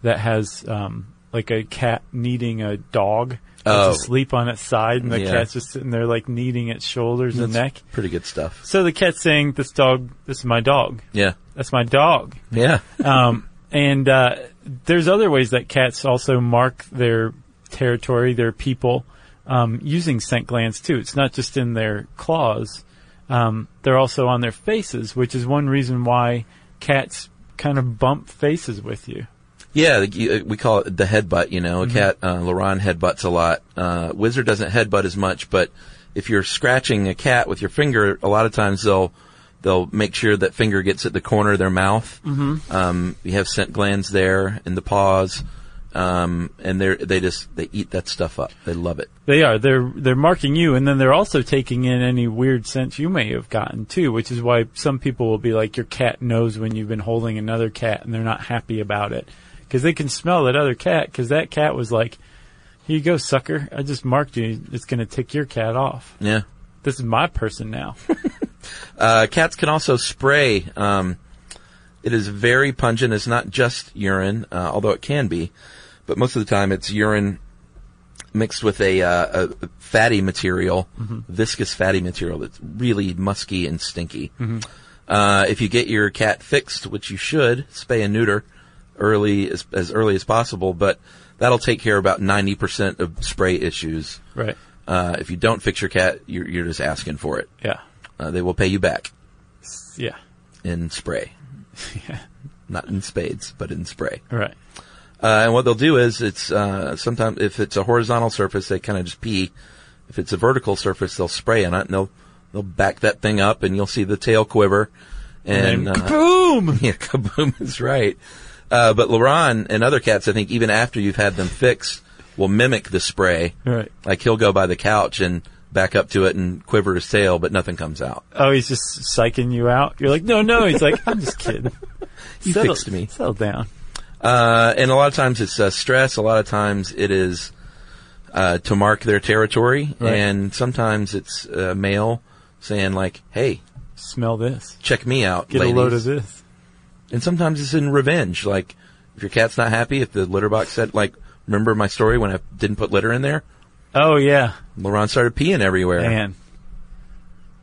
that has um, like a cat kneading a dog
Oh.
that's asleep on its side, and the
Yeah.
cat's just sitting there like kneading its shoulders and neck.
Pretty good stuff.
So the cat's saying, "This dog, this is my dog.
Yeah.
That's my dog."
Yeah.
Um, and uh, there's other ways that cats also mark their territory, their people, um, using scent glands too. It's not just in their claws; um, they're also on their faces, which is one reason why cats kind of bump faces with you.
yeah. the- you- uh, We call it the headbutt, you know, a cat, uh, Laron headbutts a lot. Uh, Wizard doesn't headbutt as much, but if you're scratching a cat with your finger, a lot of times they'll, they'll make sure that finger gets at the corner of their mouth. Mm-hmm. Um, you have scent glands there in the paws. Um, and they are they just they eat that stuff up. They love it.
They are. They're they're marking you, and then they're also taking in any weird scents you may have gotten too, which is why some people will be like, your cat knows when you've been holding another cat, and they're not happy about it because they can smell that other cat because that cat was like, here you go, sucker. I just marked you. It's gonna tick your cat off.
Yeah.
This is my person now.
Uh, cats can also spray. Um, it is very pungent. It's not just urine, uh, although it can be, but most of the time it's urine mixed with a, uh, a fatty material, viscous fatty material that's really musky and stinky. Uh, if you get your cat fixed, which you should, spay and neuter early as, as early as possible, but that'll take care of about 90% of spray issues.
right.
Uh, if you don't fix your cat, you're, you're just asking for it.
Yeah.
Uh, they will pay you back
Yeah.
in spray.
Yeah.
not in spades, but in spray.
Right.
Uh, and what they'll do is it's uh, sometimes if it's a horizontal surface, they kind of just pee. If it's a vertical surface, they'll spray on it, and they'll they'll back that thing up, and you'll see the tail quiver.
And
And, uh,
kaboom!
yeah, kaboom is right. Uh, but Laron and other cats, I think, even after you've had them fixed, will mimic the spray.
Right.
Like he'll go by the couch and back up to it and quiver his tail, but nothing comes out.
Oh, he's just psyching you out. You're like, no, no. He's like, I'm just kidding.
You
Settle-
fixed me.
Settle down.
Uh, and a lot of times it's uh, stress. A lot of times it is uh, to mark their territory,
Right.
and sometimes it's uh, male saying like, "Hey,
Smell this.
check me out,
Get
ladies."
a load of this.
And sometimes it's in revenge. Like if your cat's not happy, if the litter box said, "Like, remember my story when I didn't put litter in there?"
Oh yeah,
Laurent started peeing everywhere.
man.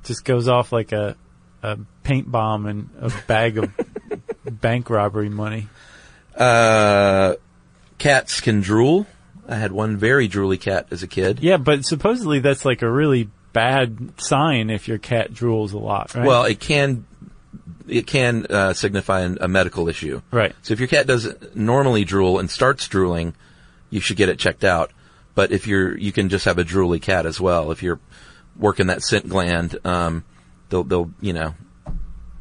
Just goes off like a a paint bomb and a bag of bank robbery money.
Uh, cats can drool. I had one very drooly cat as a kid.
Yeah, but supposedly that's like a really bad sign if your cat drools a lot, right?
Well, it can it can uh, signify an, a medical issue.
Right.
So if your cat doesn't normally drool and starts drooling, you should get it checked out. But if you're you can just have a drooly cat as well. If you're working that scent gland, um, they'll they'll you know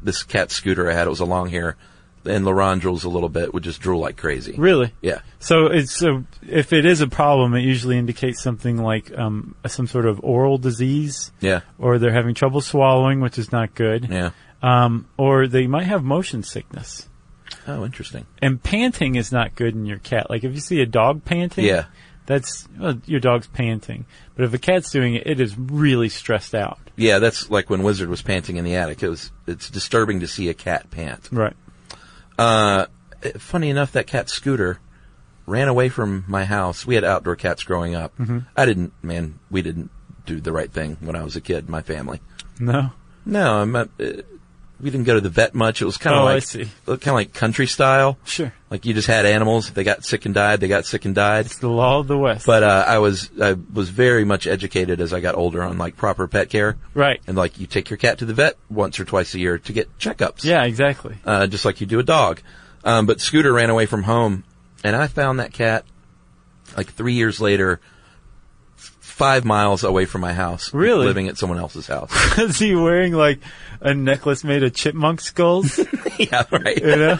this cat scooter I had it was a long hair, and Laurent drools a little bit would just drool like crazy.
really.
Yeah.
So it's so if it is a problem, it usually indicates something like um, some sort of oral disease,
Yeah.
or they're having trouble swallowing, which is not good.
Yeah.
Um, or they might have motion sickness.
Oh, interesting.
And panting is not good in your cat. Like if you see a dog panting,
Yeah.
that's well, your dog's panting. But if a cat's doing it, it is really stressed out.
Yeah, that's like when Wizard was panting in the attic. It was it's disturbing to see a cat pant.
Right.
Uh, funny enough, that cat Scooter ran away from my house. We had outdoor cats growing up.
Mm-hmm.
I didn't, man, we didn't do the right thing when I was a kid, my family.
No.
No, I'm not, uh, we didn't go to the vet much. It was kind of
Oh, I
like,
see.
kind of like country style.
Sure.
Like you just had animals. If they got sick and died, they got sick and died.
It's the law of the West.
But, uh, I was, I was very much educated as I got older on like proper pet care.
right.
And like you take your cat to the vet once or twice a year to get checkups
Yeah. Exactly.
uh, just like you do a dog. Um, but Scooter ran away from home, and I found that cat like three years later, f- five miles away from my house.
Really?
Living at someone else's house.
is he wearing like a necklace made of chipmunk skulls?
yeah, right.
you know.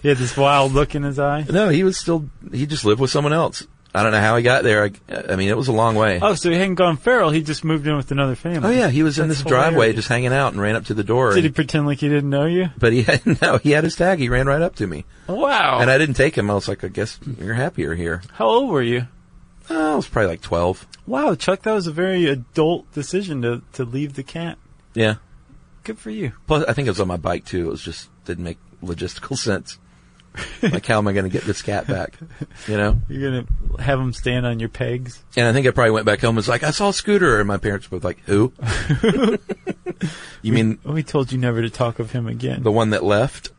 He had this wild look in his eye.
No, he was still, he just lived with someone else. I don't know how he got there. I, I mean, it was a long way.
Oh, so he hadn't gone feral. He just moved in with another
Oh,
family.
yeah, he was in
That's
this driveway
hilarious.
just hanging out and ran up to the door.
Did he
and-
pretend like he didn't know you?
but he had, no, he had his tag. He ran right up to me.
Wow.
And I didn't take him. I was like, I guess you're happier here.
How old were you?
Oh, I was probably like 12.
Wow, Chuck, that was a very adult decision to, to leave the cat.
Yeah.
Good for you.
Plus, I think it was on my bike too. It was just didn't make logistical sense. like, how am I going to get this cat back? You know.
You're going to have him stand on your pegs.
And I think I probably went back home. and Was like, I saw Scooter, and my parents were both like, "Who? you mean
We Oh, told you never to talk of him again.
the one that left?"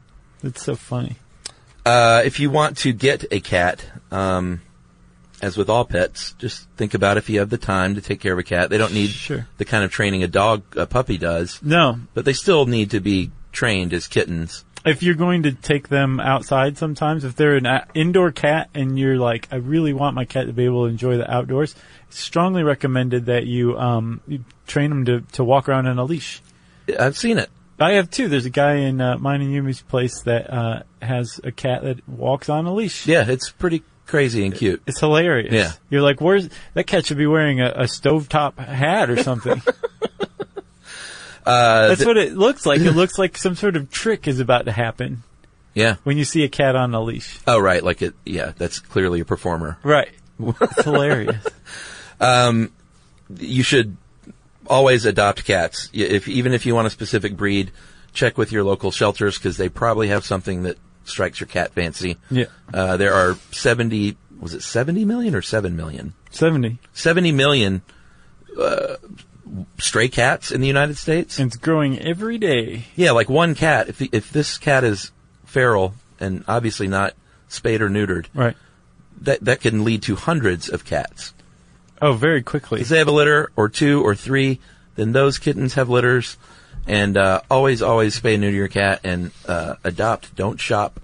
That's so funny.
Uh, if you want to get a cat, um, as with all pets, just think about if you have the time to take care of a cat. They don't need
Sure.
the kind of training a dog, a puppy does,
No,
but they still need to be trained as kittens.
if you're going to take them outside sometimes, if they're an a- indoor cat and you're like, I really want my cat to be able to enjoy the outdoors, it's strongly recommended that you, um, you train them to, to walk around on a leash.
I've seen it.
I have two. There's a guy in uh, mine and Yumi's place that uh, has a cat that walks on a leash.
Yeah, it's pretty crazy and cute.
It's hilarious.
Yeah.
You're like, where's that cat should be wearing a, a stovetop hat or something.
Uh,
That's what it looks like. It looks like some sort of trick is about to happen
yeah.
when you see a cat on a leash.
Oh, right. Like it. Yeah, that's clearly a performer.
Right. It's hilarious.
You should always adopt cats. Y- If even if you want a specific breed, check with your local shelters because they probably have something that strikes your cat fancy.
Yeah.
Uh, there are seventy. Was it seventy million or seven million?
70.
Seventy million uh, stray cats in the United States.
And it's growing every day.
Yeah, like one cat. If the, if this cat is feral and obviously not spayed or neutered,
Right.
that that can lead to hundreds of cats.
Oh, very quickly.
If they have a litter or two or three, then those kittens have litters. And uh, always, always spay and neuter your cat and uh, adopt. Don't shop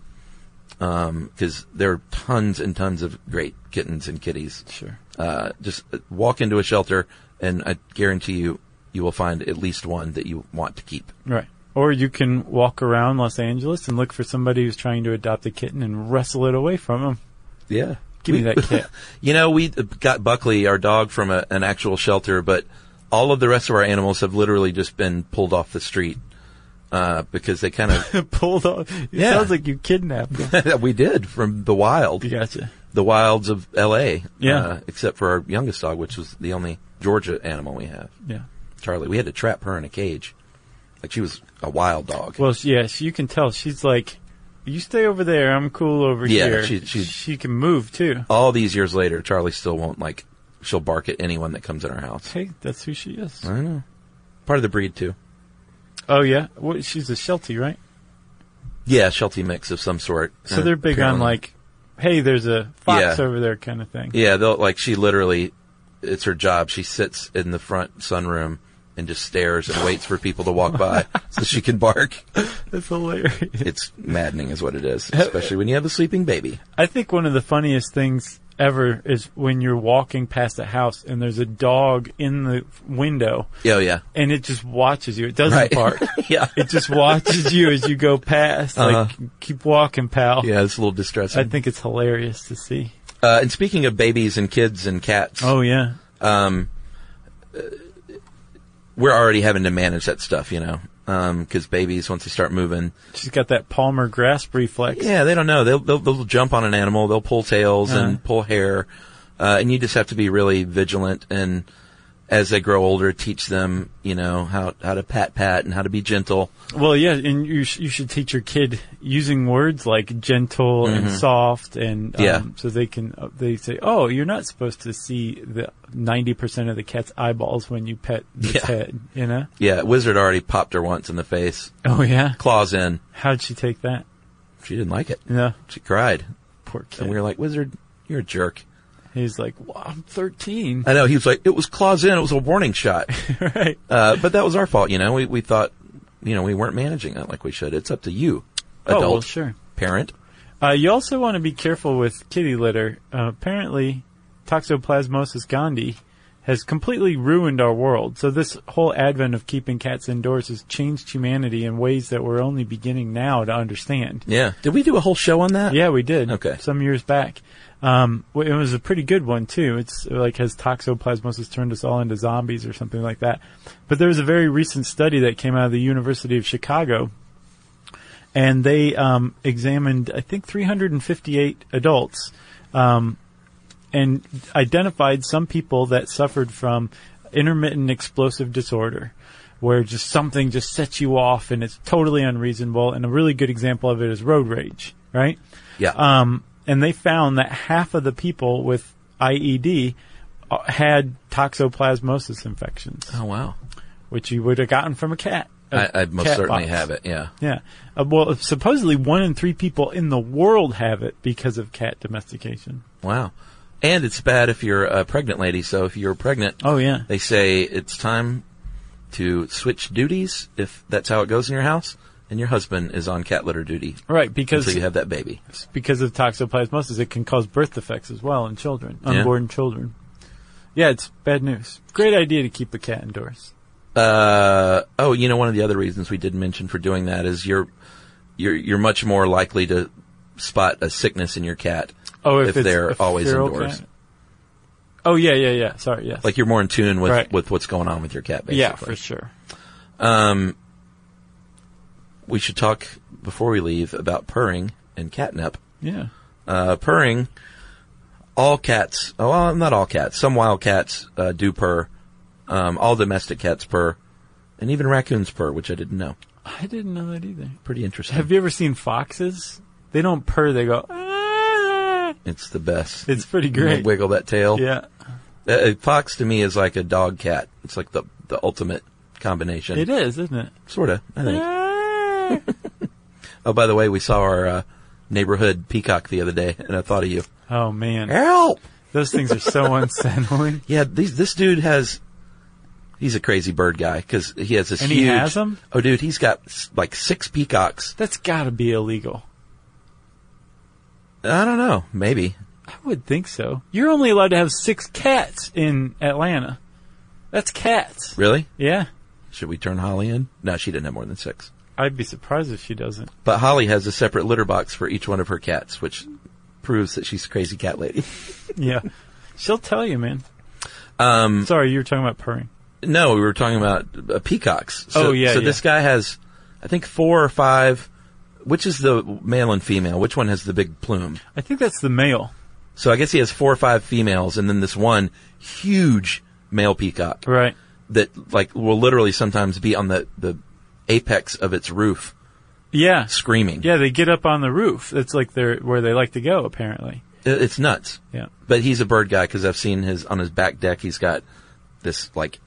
because there are tons and tons of great kittens and kitties.
Sure.
Uh, just uh, walk into a shelter, and I guarantee you, you will find at least one that you want to keep.
Right. Or you can walk around Los Angeles and look for somebody who's trying to adopt a kitten and wrestle it away from them.
Yeah.
Give me that kit.
You know, we got Buckley, our dog, from a, an actual shelter, but all of the rest of our animals have literally just been pulled off the street uh, because they kind
Pulled off. It
Yeah.
sounds like you kidnapped them.
of we did from the wild,
gotcha.
the wilds of L.A.
Yeah.
uh, except for our youngest dog, which was the only Georgia animal we have,
Yeah.
Charlie. We had to trap her in a cage, like she was a wild dog.
Well, she- yeah, she- you can tell she's like, you stay over there. I'm cool over
Yeah,
here.
she- she-
she can move too.
all these years later, Charlie still won't like. She'll bark at anyone that comes in our house.
Hey, that's who she is.
I know. Part of the breed too.
Oh yeah, well, she's a Sheltie, right?
Yeah, Sheltie mix of some sort.
So
Uh,
they're big on
apparently.
like, hey, there's a fox
Yeah.
over there, kind of thing.
Yeah, they'll like she literally it's her job. She sits in the front sunroom and just stares and waits for people to walk by so she can bark.
That's hilarious.
It's maddening is what it is, especially when you have a sleeping baby.
I think one of the funniest things ever is when you're walking past a house and there's a dog in the window
Oh yeah.
and it just watches you. It doesn't
Right.
bark.
yeah.
It just watches you as you go past.
Uh-huh.
Like, keep walking, pal.
Yeah, it's a little
I
distressing.
think it's hilarious to see.
uh, and speaking of babies and kids and cats,
Oh yeah.
um, uh, we're already having to manage that stuff, you know, because babies once they start moving,
She's got that Palmer grasp reflex.
Yeah, they don't know. They'll they'll, they'll jump on an animal. They'll pull tails
Uh-huh.
and pull hair, uh, and you just have to be really vigilant. And as they grow older, teach them you know how how to pat pat and how to be gentle.
Well, yeah, and you sh- you should teach your kid using words like gentle and soft, and um,
Mm-hmm. Yeah.
so they can uh, they say, "Oh, you're not supposed to see the ninety percent of the cat's eyeballs when you pet the
Yeah.
head," you know?
Yeah, Wizard already popped her once in the face,
Oh yeah,
claws in.
how'd she take that?
She didn't like it.
No,
She cried,
poor
and
kid.
we were like, Wizard, you're a jerk.
He's like, well, "I'm 13.
I know. He was like, it was claws in. It was a warning shot.
right?
Uh, but that was our fault. You know, we we thought, you know, we weren't managing that like we should. It's up to you, adult
Oh well, sure.
parent.
Uh, you also want to be careful with kitty litter. Uh, apparently, Toxoplasmosis gondii has completely ruined our world. So this whole advent of keeping cats indoors has changed humanity in ways that we're only beginning now to understand.
Yeah. Did we do a whole show on that?
Yeah, we did.
Okay.
Some years back. Um, w- it was a pretty good one too. It's uh, like has toxoplasmosis turned us all into zombies or something like that. But there was a very recent study that came out of the University of Chicago, and they um, examined I think 358 adults, um, and identified some people that suffered from intermittent explosive disorder. Where just something just sets you off and it's totally unreasonable. And a really good example of it is road rage, right?
Yeah.
Um, and they found that half of the people with IED uh, had toxoplasmosis infections,
oh wow.
which you would have gotten from a cat. a
I, I most
cat
certainly
box.
have it. Yeah.
Yeah. Uh, well, supposedly one in three people in the world have it because of cat domestication.
Wow. And it's bad if you're a pregnant lady. So if you're pregnant,
Oh, yeah.
they say it's time to switch duties if that's how it goes in your house, and your husband is on cat litter duty
Right,
until
because
you have that baby.
because of toxoplasmosis, it can cause birth defects as well in children,
Yeah.
unborn children. Yeah, it's bad news. Great idea to keep a cat indoors.
Uh, oh, you know, one of the other reasons we did mention for doing that is you're you're you're much more likely to spot a sickness in your cat.
Oh, if,
If
it's
they're
a
always
feral
indoors.
cat. Oh yeah, yeah, yeah. Sorry, yes.
Like you're more in tune with
Right.
with what's going on with your cat. Basically.
yeah, for sure.
Um, we should talk before we leave about purring and catnip.
Yeah.
Uh, purring, all cats, oh, well, not all cats, some wild cats uh, do purr. Um, all domestic cats purr, and even raccoons purr, which I didn't know.
I didn't know that either.
Pretty interesting.
Have you ever seen foxes? They don't purr, they go, "Ah."
it's the best.
It's pretty
You
great.
Wiggle that tail.
Yeah,
Uh, uh, fox to me is like a dog cat. It's like the the ultimate combination.
it is, isn't it?
Sort of, I think.
Ah.
Oh, by the way, we saw our uh, neighborhood peacock the other day, and I thought of you.
oh man,
Help!
those things are so unsettling.
Yeah, these, this dude has He's a crazy bird guy because he has this
And he
huge.
has 'em?
Oh, dude, he's got s- like six peacocks.
That's got to be illegal.
I don't know. Maybe.
I would think so. You're only allowed to have six cats in Atlanta. That's cats.
Really?
Yeah.
Should we turn Holly in? No, she didn't have more than six.
I'd be surprised if she doesn't.
But Holly has a separate litter box for each one of her cats, which proves that she's a crazy cat lady.
Yeah. She'll tell you, man.
Um,
Sorry, you were talking about purring.
No, we were talking about uh, peacocks. So,
Oh, yeah,
So
yeah.
this guy has, I think, four or five. Which is the male and female? Which one has the big plume?
I think that's the male.
So I guess he has four or five females, and then this one huge male peacock
Right.
that, like, will literally sometimes be on the the apex of its roof,
Yeah.
screaming.
Yeah, they get up on the roof. That's like their where they like to go, apparently.
I- it's nuts.
Yeah.
But he's a bird guy because I've seen his on his back deck. He's got this like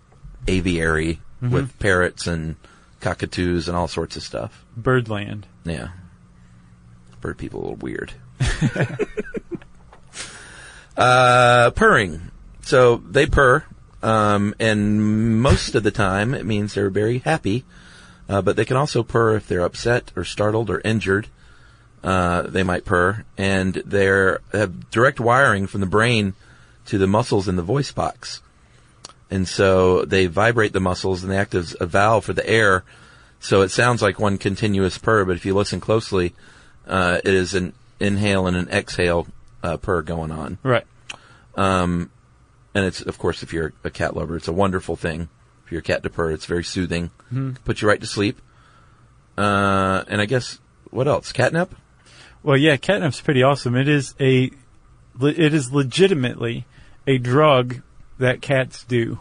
aviary with parrots and cockatoos and all sorts of stuff.
Birdland.
Yeah. Bird people are weird. uh, purring. So they purr, um, and most of the time it means they're very happy, uh, but they can also purr if they're upset or startled or injured. Uh, they might purr, and they're have direct wiring from the brain to the muscles in the voice box. And so they vibrate the muscles and they act as a valve for the air. So it sounds like one continuous purr, but if you listen closely, uh, it is an inhale and an exhale uh, purr going on.
Right.
And it's, of course, if you're a cat lover, it's a wonderful thing for your cat to purr. It's very soothing,
Hmm.
puts you right to sleep. Uh, and I guess, what else? Catnip?
Well, yeah, catnip's pretty awesome. It is a, le- it is legitimately a drug that cats do.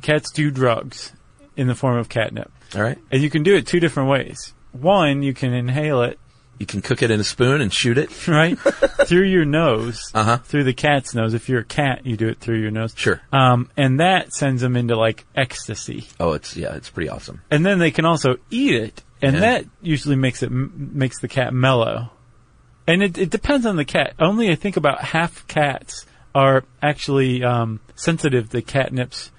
Cats do drugs in the form of catnip,
All right.
and you can do it two different ways. One, you can inhale it
You can cook it in a spoon and shoot it.
right through your nose,
Uh-huh.
through the cat's nose. If you're a cat, you do it through your nose.
Sure.
Um, and that sends them into like ecstasy.
Oh, it's, yeah, it's pretty awesome.
and then they can also eat it, and
Yeah.
that usually makes it m- makes the cat mellow. And it, it depends on the cat. Only I think about half cats are actually um, sensitive to catnip's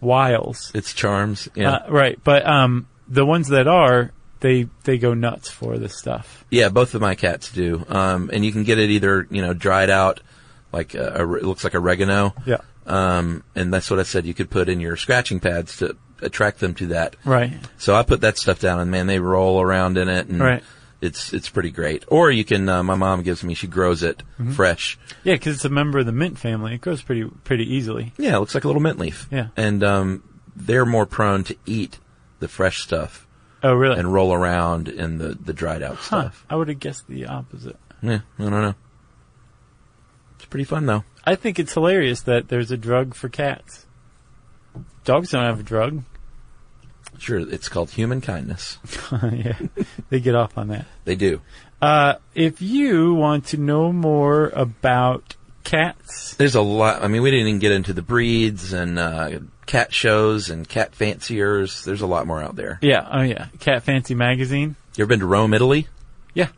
wiles.
It's charms. Yeah.
Uh, right, but um, the ones that are, they they go nuts for this stuff.
Yeah, both of my cats do. Um, and you can get it either, you know, dried out, like uh, a, it looks like oregano.
Yeah.
Um, and that's what I said you could put in your scratching pads to attract them to that.
Right.
So I put that stuff down and man, they roll around in it and
Right.
it's, it's pretty great. Or you can, uh, my mom gives me, she grows it
Mm-hmm.
fresh.
Yeah, because it's a member of the mint family. It grows pretty pretty easily.
Yeah, it looks like a little mint leaf.
Yeah.
And, um, they're more prone to eat the fresh stuff
Oh, really?
and roll around in the, the dried out
huh.
stuff.
I would have guessed the opposite.
Yeah, I don't know. It's pretty fun though.
I think it's hilarious that there's a drug for cats. Dogs don't have a drug.
Sure, it's called human kindness.
yeah, they get off on that.
They do.
Uh, if you want to know more about cats,
There's a lot. I mean, we didn't even get into the breeds and uh, cat shows and cat fanciers. There's a lot more out there.
yeah, oh yeah, Cat Fancy Magazine.
You ever been to Rome, Italy?
Yeah.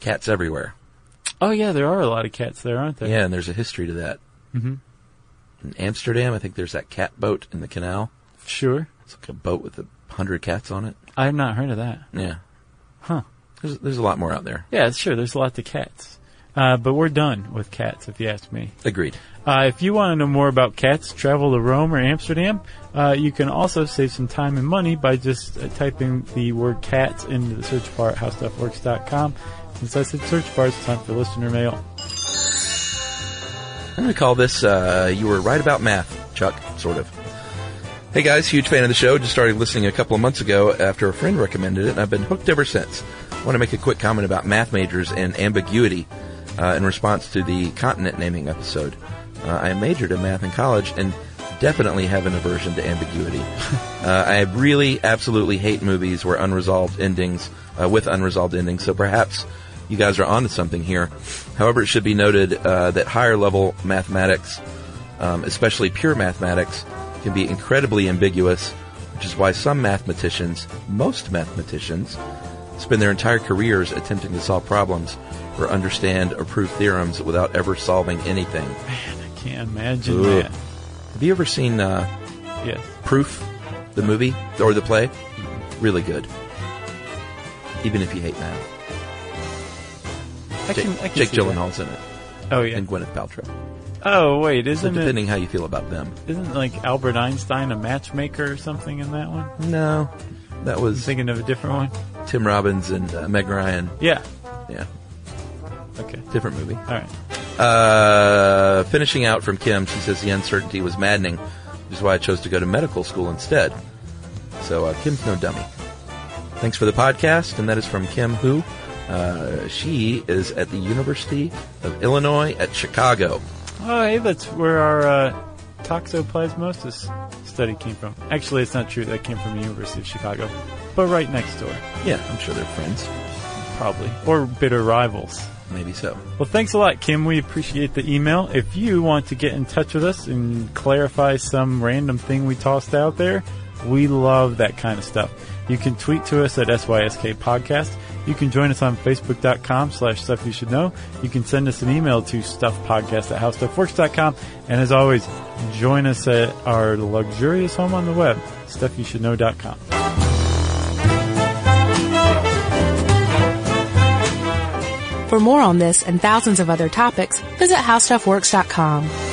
Cats everywhere.
Oh yeah, there are a lot of cats there, aren't there?
Yeah, and there's a history to that. Mm-hmm. In Amsterdam, I think there's that cat boat in the canal.
Sure.
It's like a boat with a hundred cats on it.
I have not heard of that.
Yeah.
Huh.
There's there's a lot more out there.
Yeah, sure, there's lots of cats. Uh, but we're done with cats, if you ask me.
Agreed.
Uh, if you want to know more about cats, travel to Rome or Amsterdam. Uh, you can also save some time and money by just uh, typing the word cats into the search bar at howstuffworks.com. Since I said search bar, it's time for listener mail.
I'm going to call this uh, You Were Right About Math, Chuck, sort of. Hey guys, huge fan of the show. Just started listening a couple of months ago after a friend recommended it, and I've been hooked ever since. I want to make a quick comment about math majors and ambiguity uh, in response to the continent naming episode. Uh, I majored in math in college and definitely have an aversion to ambiguity. uh, I really, absolutely hate movies where unresolved endings, uh, with unresolved endings, so perhaps you guys are onto something here. However, it should be noted uh, that higher level mathematics um, especially pure mathematics, can be incredibly ambiguous, which is why some mathematicians, most mathematicians, spend their entire careers attempting to solve problems or understand or prove theorems without ever solving anything.
I can't imagine
Ugh.
that.
Have you ever seen uh,
Yes.
Proof, the movie or the play, really good. Even if you hate Matt,
I
Jake,
can, I can
Jake
see that.
Gyllenhaal's in it,
Oh yeah.
and Gwyneth Paltrow.
Oh wait,
So
isn't it?
depending how you feel about them,
Isn't like Albert Einstein a matchmaker or something in that one?
no, that was
Thinking of a different one.
Tim Robbins and uh, Meg Ryan.
Yeah.
Yeah,
Okay.
different movie.
All right.
Uh, finishing out from Kim, she says the uncertainty was maddening, which is why I chose to go to medical school instead. So uh, Kim's no dummy. Thanks for the podcast, and that is from Kim Who. Uh, she is at the University of Illinois at Chicago.
Oh, hey, that's where our uh, toxoplasmosis study came from. Actually, it's not true. That came from the University of Chicago, but right next door,
Yeah, I'm sure they're friends.
probably, or bitter rivals.
Maybe so.
Well, thanks a lot, Kim. We appreciate the email. If you want to get in touch with us and clarify some random thing we tossed out there, we love that kind of stuff. You can tweet to us at SYSK Podcast. You can join us on Facebook.com slash Stuff You Should Know. You can send us an email to StuffPodcast at HowStuffWorks.com. And as always, join us at our luxurious home on the web, StuffYouShouldKnow.com.
For more on this and thousands of other topics, visit howstuffworks.com.